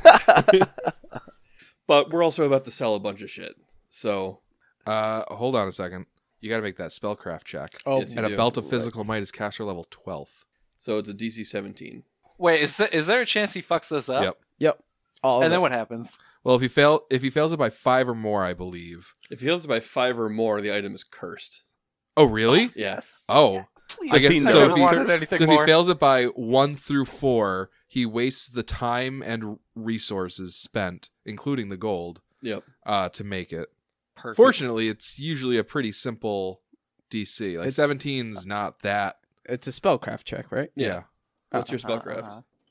C: but we're also about to sell a bunch of shit. So,
B: Uh, hold on a second. You got to make that spellcraft check.
D: Oh,
C: Yes, you
B: and a
C: do.
B: belt of physical might is caster level 12th.
C: so it's a DC 17.
A: Wait, is, th- is there a chance he fucks this up?
B: Yep.
D: all
A: And then what happens?
B: Well, if he fail, if he fails it by five or more, I believe.
C: If he fails by five or more, the item is cursed.
B: Oh, really?
C: Yeah.
B: Oh,
A: Please.
B: I guess
F: seen
B: so.
F: that.
B: If
A: never
B: he,
A: wanted
B: so
A: anything
B: if he
A: more.
B: fails it by one through four, he wastes the time and resources spent, including the gold,
C: Yep.
B: uh, to make it.
A: Perfect.
B: Fortunately, it's usually a pretty simple DC. Like
D: It's-
B: seventeen's not that.
D: It's a spellcraft check, right?
B: Yeah.
C: What's your
A: Uh-huh,
C: spellcraft?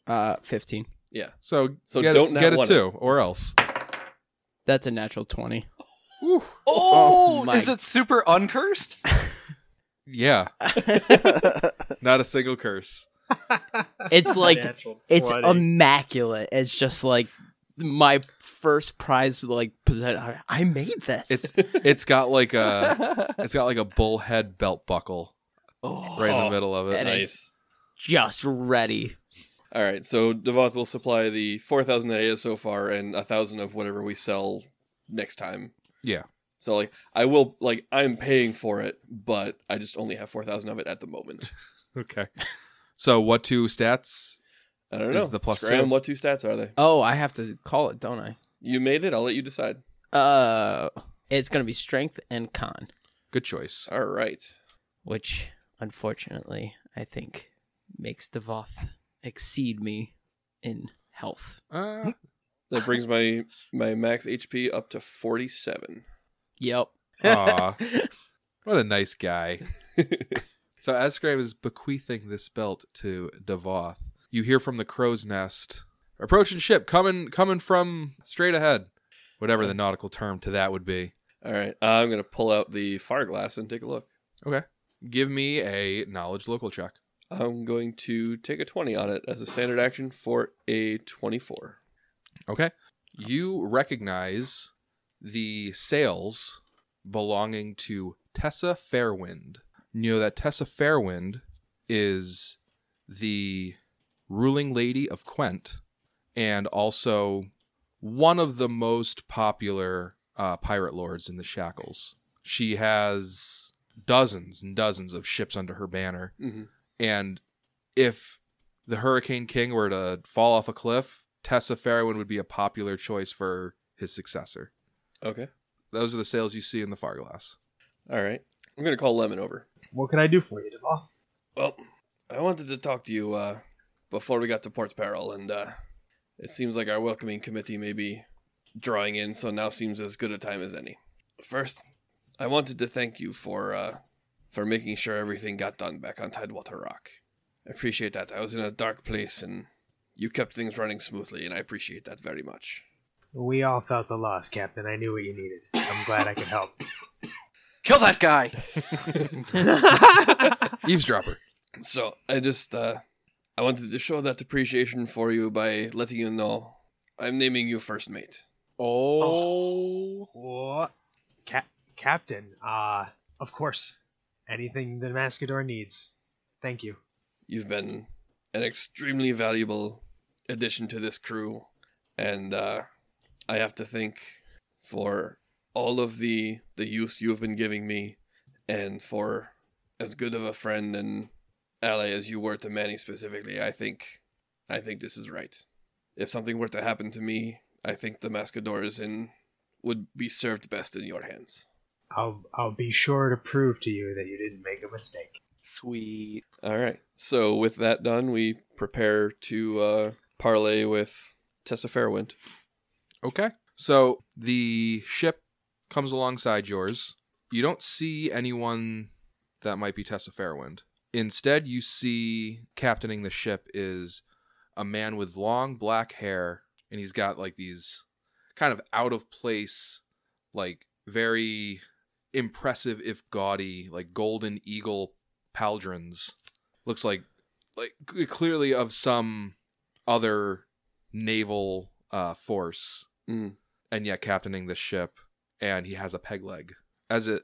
A: uh-huh.
D: Uh, 15.
B: So
C: So
B: get,
C: don't
B: it,
C: not
B: get it
C: want
B: too, or else.
D: That's a natural 20.
B: Whew.
A: Oh,
D: Oh my-
A: is it super uncursed?
B: Yeah, not a single curse.
G: It's like-
E: Natural
G: It's
E: 20.
G: immaculate. It's just like my first prize like possession. I- I made this.
B: It's it's got like a it's got like a bullhead belt buckle
A: oh.
B: right in
C: Oh,
B: the middle of it.
G: and it's just ready.
C: All right. So, Devoth will supply the 4,000 that I did so far and a 1,000 of whatever we sell next time.
B: Yeah.
C: So, like, I will, like, I'm paying for it, but I just only have 4,000 of it at the moment.
B: Okay. So what two stats?
C: I don't know.
B: Is the plus
C: Scram,
B: two?
C: what two stats are they?
D: Oh, I have to call it, don't I?
C: You made it. I'll let you decide.
G: Uh, it's gonna be strength and con,
B: Good choice.
C: All right.
G: which unfortunately I think makes Devoth exceed me in health.
B: Uh,
C: That brings my my max HP up to 47.
G: Yep.
B: aw, what a nice guy. so as Graham is bequeathing this belt to Devoth, you hear from the crow's nest. Approaching ship, coming coming from straight ahead. Whatever the nautical term to that would be.
C: All right. I'm going to pull out the fire glass and take a look.
B: Give me a knowledge local check.
C: I'm going to take a 20 on it as a standard action for a 24.
B: Okay. You recognize the sails belonging to Tessa Fairwind. You know that Tessa Fairwind is the ruling lady of Quent and also one of the most popular uh, pirate lords in the Shackles. She has dozens and dozens of ships under her banner.
C: Mm-hmm.
B: And if the Hurricane King were to fall off a cliff, Tessa Farrowin would be a popular choice for his successor.
C: Okay.
B: Those are the sails you see in the Farglass.
C: All right. I'm going to call Lemon over.
E: What can I do for you, Devoth?
C: Well, I wanted to talk to you uh, before we got to Port Peril, and uh, it seems like our welcoming committee may be drawing in, so now seems as good a time as any. First, I wanted to thank you for uh, for making sure everything got done back on Tidewater Rock. I appreciate that. I was in a dark place, and you kept things running smoothly, and I appreciate that very much.
E: We all felt the loss, Captain. I knew what you needed. I'm glad I could help.
A: Kill that guy.
B: Eavesdropper.
C: So I just uh, I wanted to show that appreciation for you by letting you know I'm naming you first mate.
E: Oh. What? Cap- Captain, uh, of course. Anything the Mascador needs. Thank you.
C: You've been an extremely valuable addition to this crew, and uh, I have to thank for all of the the use you've been giving me, and for as good of a friend and ally as you were to Manny specifically. I think I think this is right. If something were to happen to me, I think the Mascador is in would be served best in your hands.
E: I'll I'll be sure to prove to you that you didn't make a mistake.
A: Sweet.
C: All right. So with that done, we prepare to uh, parlay with Tessa Fairwind.
B: Okay. So the ship comes alongside yours. You don't see anyone that might be Tessa Fairwind. Instead, you see captaining the ship is a man with long black hair, and he's got like these kind of out of place, like very impressive if gaudy, like golden eagle pauldrons. Looks like like c- clearly of some other naval uh, force
C: Mm.
B: and yet captaining the ship, and he has a peg leg. As it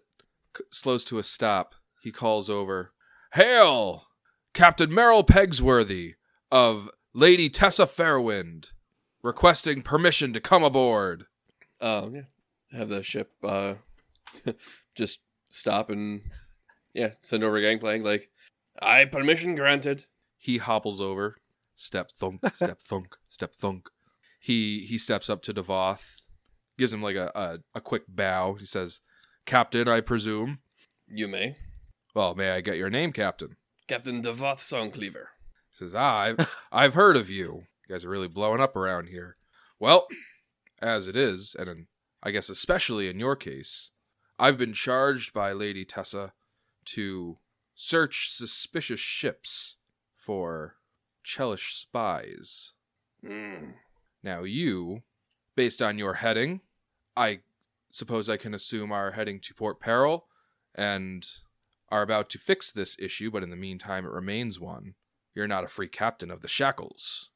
B: c- slows to a stop, he calls over, Hail! Captain Merrill Pegsworthy of Lady Tessa Fairwind, requesting permission to come aboard.
C: Um, yeah, have the ship uh, just stop and yeah, send over a gangplank. Like, I permission granted.
B: He hopples over, step thunk, step thunk, step thunk. He he steps up to Devoth, gives him like a, a, a quick bow. He says, Captain, I presume.
C: You may,
B: Well, may I get your name, Captain?
C: Captain Devoth Songcleaver.
B: He says, ah, I've, I've heard of you. You guys are really blowing up around here. Well, as it is, and in, I guess especially in your case, I've been charged by Lady Tessa to search suspicious ships for Chelish spies.
C: Mm.
B: Now, you, based on your heading, I suppose I can assume are heading to Port Peril and are about to fix this issue, but in the meantime, it remains one. You're not a free captain of the shackles.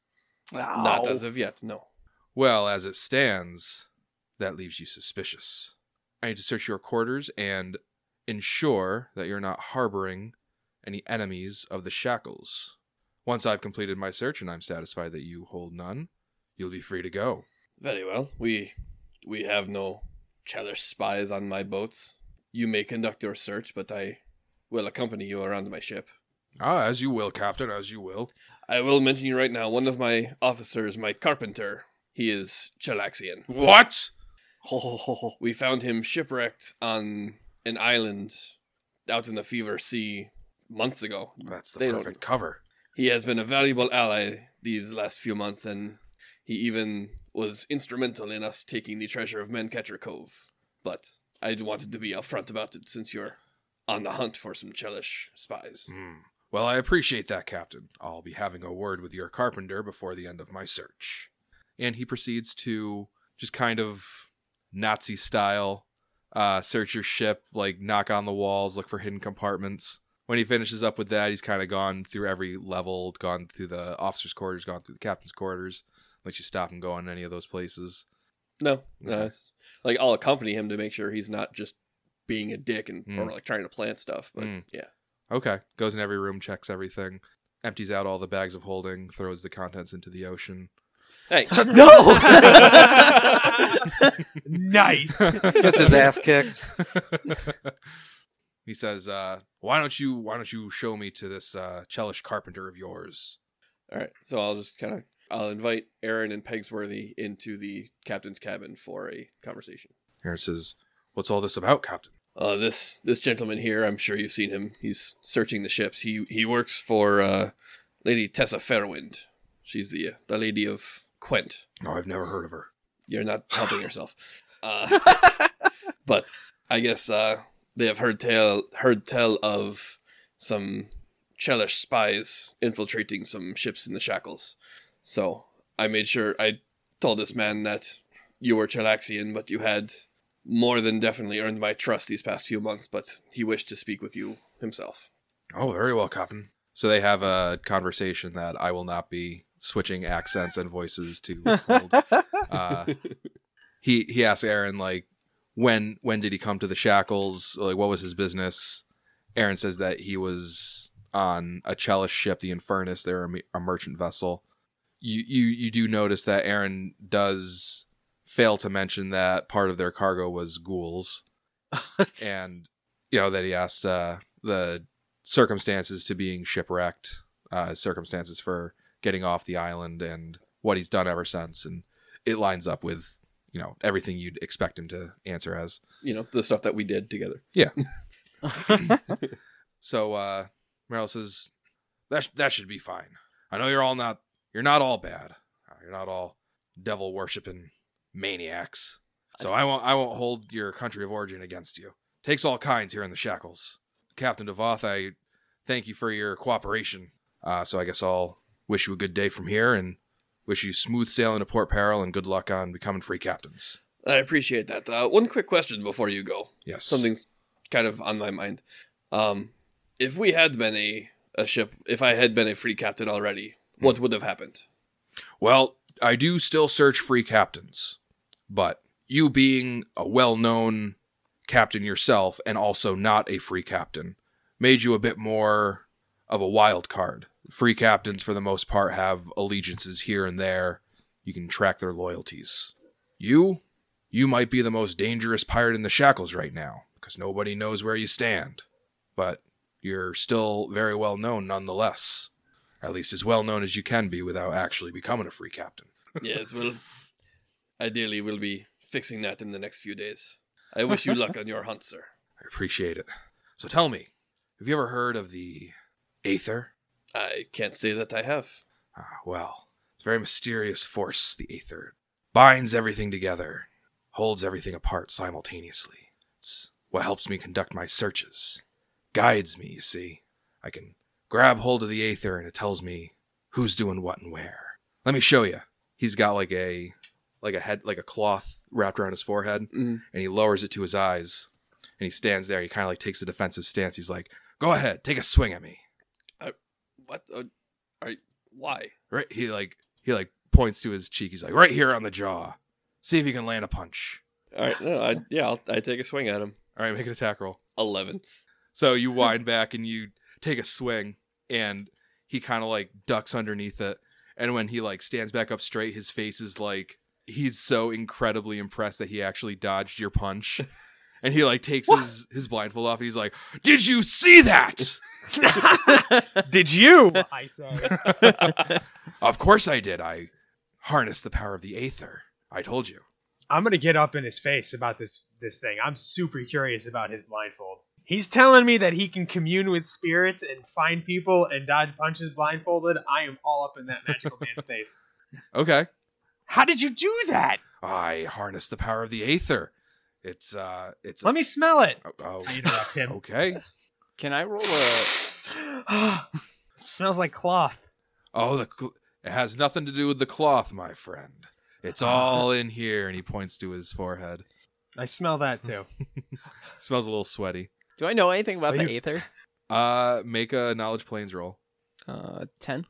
C: Not
A: Ow.
C: as of yet. No.
B: Well, as it stands, that leaves you suspicious. I need to search your quarters and ensure that you're not harboring any enemies of the shackles. Once I've completed my search and I'm satisfied that you hold none, you'll be free to go.
C: Very well. We we have no Chelish spies on my boats. You may conduct your search, but I will accompany you around my ship.
B: Ah, as you will, Captain, as you will.
C: I will mention you right now. One of my officers, my carpenter, he is Chelaxian.
B: What?
A: Ho, ho, ho, ho.
C: We found him shipwrecked on an island out in the Fever Sea months ago.
B: That's the
C: They don't-
B: perfect cover.
C: He has been a valuable ally these last few months, and he even was instrumental in us taking the treasure of Mancatcher Cove. But I wanted to be upfront about it since you're on the hunt for some Chelish spies.
B: Hmm. Well, I appreciate that, Captain. I'll be having a word with your carpenter before the end of my search. And he proceeds to just kind of Nazi style uh, search your ship, like knock on the walls, look for hidden compartments. When he finishes up with that, he's kind of gone through every level, gone through the officer's quarters, gone through the captain's quarters, lets you stop and go on any of those places.
C: No, no,
B: Okay.
C: it's, like I'll accompany him to make sure he's not just being a dick and
B: Mm.
C: or like trying to plant stuff. But
B: Mm.
C: yeah,
B: Okay. Goes in every room, checks everything, empties out all the bags of holding, throws the contents into the ocean.
C: hey,
E: Nice.
A: Gets his ass kicked.
B: he says, uh, "Why don't you Why don't you show me to this uh, Chelish carpenter of yours?"
C: all right. So I'll just kind of I'll invite Aaron and Pegsworthy into the captain's cabin for a conversation.
B: Aaron says, "What's all this about, Captain?"
C: Uh, this this gentleman here, I'm sure you've seen him. He's searching the ships. He he works for uh, Lady Tessa Fairwind. She's the uh, the lady of Quent.
B: No, "Oh, I've never heard of her.
C: You're not helping yourself. Uh, but I guess uh, they have heard tell heard tell of some Chelish spies infiltrating some ships in the shackles. So I made sure I told this man that You were Chalaxian, but you had more than definitely earned my trust these past few months, but he wished to speak with you himself.
B: Oh, very well, Captain. So they have a conversation that I will not be switching accents and voices to withhold. uh, he he asks Aaron like when when did he come to the shackles? Like what was his business? Aaron says that he was on a Cellus ship, the Infernus. They're a, me- a merchant vessel. You you you do notice that Aaron does fail to mention that part of their cargo was ghouls, and you know that he asked uh, the circumstances to being shipwrecked, uh, circumstances for getting off the island, and what he's done ever since, and it lines up with you know everything you'd expect him to answer as.
C: You know, the stuff that we did together.
B: So uh Meryl says, "That sh- that should be fine. I know you're all not you're not all bad. Uh, You're not all devil worshipping maniacs. So I won't I won't hold your country of origin against you. Takes all kinds here in the shackles. Captain Devoth, I thank you for your cooperation. Uh, so I guess I'll wish you a good day from here and wish you smooth sailing to Port Peril and good luck on becoming free captains.
C: I appreciate that. Uh, one quick question before you go.
B: Yes.
C: something's kind of on my mind. Um, if we had been a, a ship, if I had been a free captain already, what would have happened?
B: Well, I do still search free captains, but you being a well known captain yourself and also not a free captain made you a bit more of a wild card. Free captains, for the most part, have allegiances here and there. You can track their loyalties. You, you might be the most dangerous pirate in the shackles right now because nobody knows where you stand, but you're still very well known nonetheless at least as well known as you can be without actually becoming a free captain.
C: yes, well, ideally, we'll be fixing that in the next few days. I wish you luck on your hunt, sir.
B: I appreciate it. So tell me, have you ever heard of the Aether?
C: I can't say that I have.
B: Ah, well, it's a very mysterious force, the Aether. It binds everything together, holds everything apart simultaneously. It's what helps me conduct my searches, guides me, you see. I can grab hold of the Aether and it tells me who's doing what and where. Let me show you. He's got like a like a head like a cloth wrapped around his forehead
C: Mm.
B: and he lowers it to his eyes and he stands there he kind of like takes a defensive stance he's like go ahead take a swing at me
C: What? Uh, are, why?
B: right he like he like points to his cheek he's like right here on the jaw see if you can land a punch
C: All right, no, I, yeah, I'll, I take a swing at him.
B: all right make an attack roll
C: 11.
B: so you wind back and you take a swing and he kind of like ducks underneath it and when he like stands back up straight his face is like he's so incredibly impressed that he actually dodged your punch and he like takes his his blindfold off and he's like did you see that
E: Did you? I said.
B: Of course I did. I harnessed the power of the Aether. I told you.
E: I'm gonna get up in his face about this this thing. I'm super curious about his blindfold. He's telling me that he can commune with spirits and find people and dodge punches blindfolded. I am all up in that magical man's face.
B: Okay.
E: How did you do that?
B: I harnessed the power of the Aether. It's uh it's
E: Let me smell it.
B: oh, oh,
E: I interrupt him.
B: okay.
D: Can I roll a?
E: It smells like cloth.
B: Oh, the cl- it has nothing to do with the cloth, my friend. It's
E: Uh-huh.
B: all in here and he points to his forehead.
E: I smell that too.
B: Smells a little sweaty.
G: Do I know anything about
E: Are
G: the
E: you-
G: Aether?
B: Uh make a knowledge planes roll.
G: Uh, ten.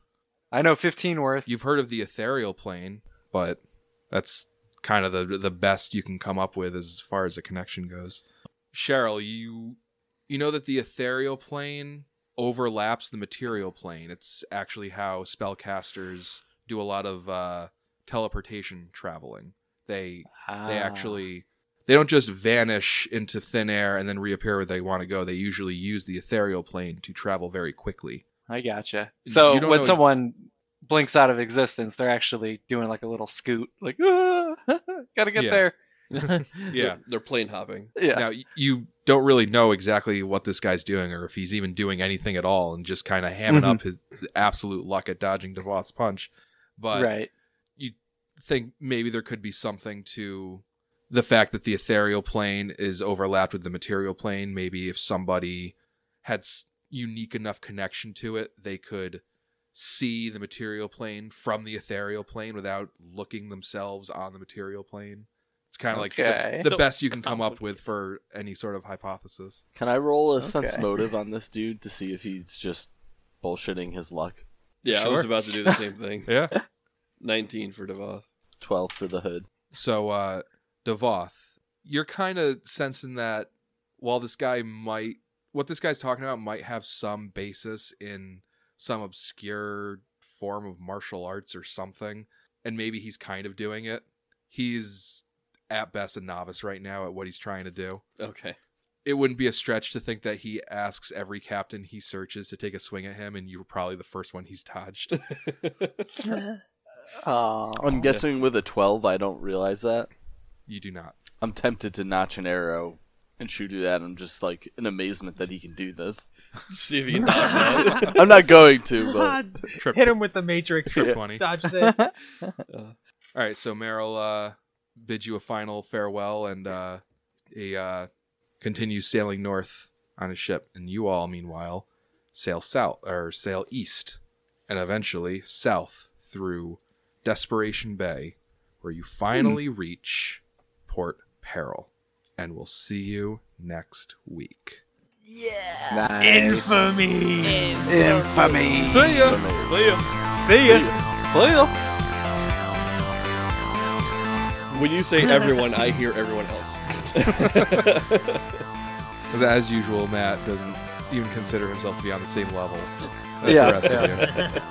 A: I know 15 worth.
B: You've heard of the ethereal plane, but that's kind of the the best you can come up with as far as a connection goes. Cheryl, you you know that the ethereal plane overlaps the material plane. It's actually how spellcasters do a lot of uh, teleportation traveling. They
A: Ah,
B: they actually they don't just vanish into thin air and then reappear where they want to go. They usually use the ethereal plane to travel very quickly.
A: I gotcha. So
B: You don't
A: when
B: know-
A: someone blinks out of existence, they're actually doing like a little scoot, like "Ah, gotta get
B: Yeah.
A: there.
B: Yeah.
C: They're, they're plane hopping.
A: Yeah.
B: Now y- you don't really know exactly what this guy's doing or if he's even doing anything at all and just kind of hamming up his absolute luck at dodging Devoth's punch. But
A: right.
B: think maybe there could be something to the fact that the ethereal plane is overlapped with the material plane. Maybe if somebody had s- unique enough connection to it, they could see the material plane from the ethereal plane without looking themselves on the material plane. It's kind of like
H: Okay.
B: the, the
D: So
B: best you can come up with for any sort of hypothesis.
F: Can I roll a sense
H: Okay.
F: motive on this dude to see if he's just bullshitting his luck?
C: Yeah, I was
B: Sure.
C: about to do the same thing.
B: Yeah.
C: 19 for Devoth.
F: 12 for the hood.
B: So, uh, Devoth, you're kind of sensing that while this guy might, what this guy's talking about might have some basis in some obscure form of martial arts or something, and maybe he's kind of doing it. He's at best a novice right now at what he's trying to do.
C: Okay.
B: It wouldn't be a stretch to think that he asks every captain he searches to take a swing at him, and you were probably the first one he's dodged.
H: Oh.
F: I'm guessing with a 12, I don't realize that.
B: you do not.
F: I'm tempted to notch an arrow and shoot it at him, just like in amazement that he can do this.
C: See if you can dodge that.
F: I'm not going to, but
B: Trip,
E: Hit him with the Matrix.
B: trip 20.
E: Dodge this.
B: All right, so Meryl uh, bids you a final farewell and uh, he uh, continues sailing north on his ship, and you all, meanwhile, sail south or sail east, and eventually south through Desperation Bay, where you finally reach Port Peril. And we'll see you next week.
E: Infamy.
H: Infamy.
E: See ya.
C: When you say everyone, I hear everyone else.
B: 'Cause as usual, Matt doesn't even consider himself to be on the same level as
H: Yeah.
B: the rest of you.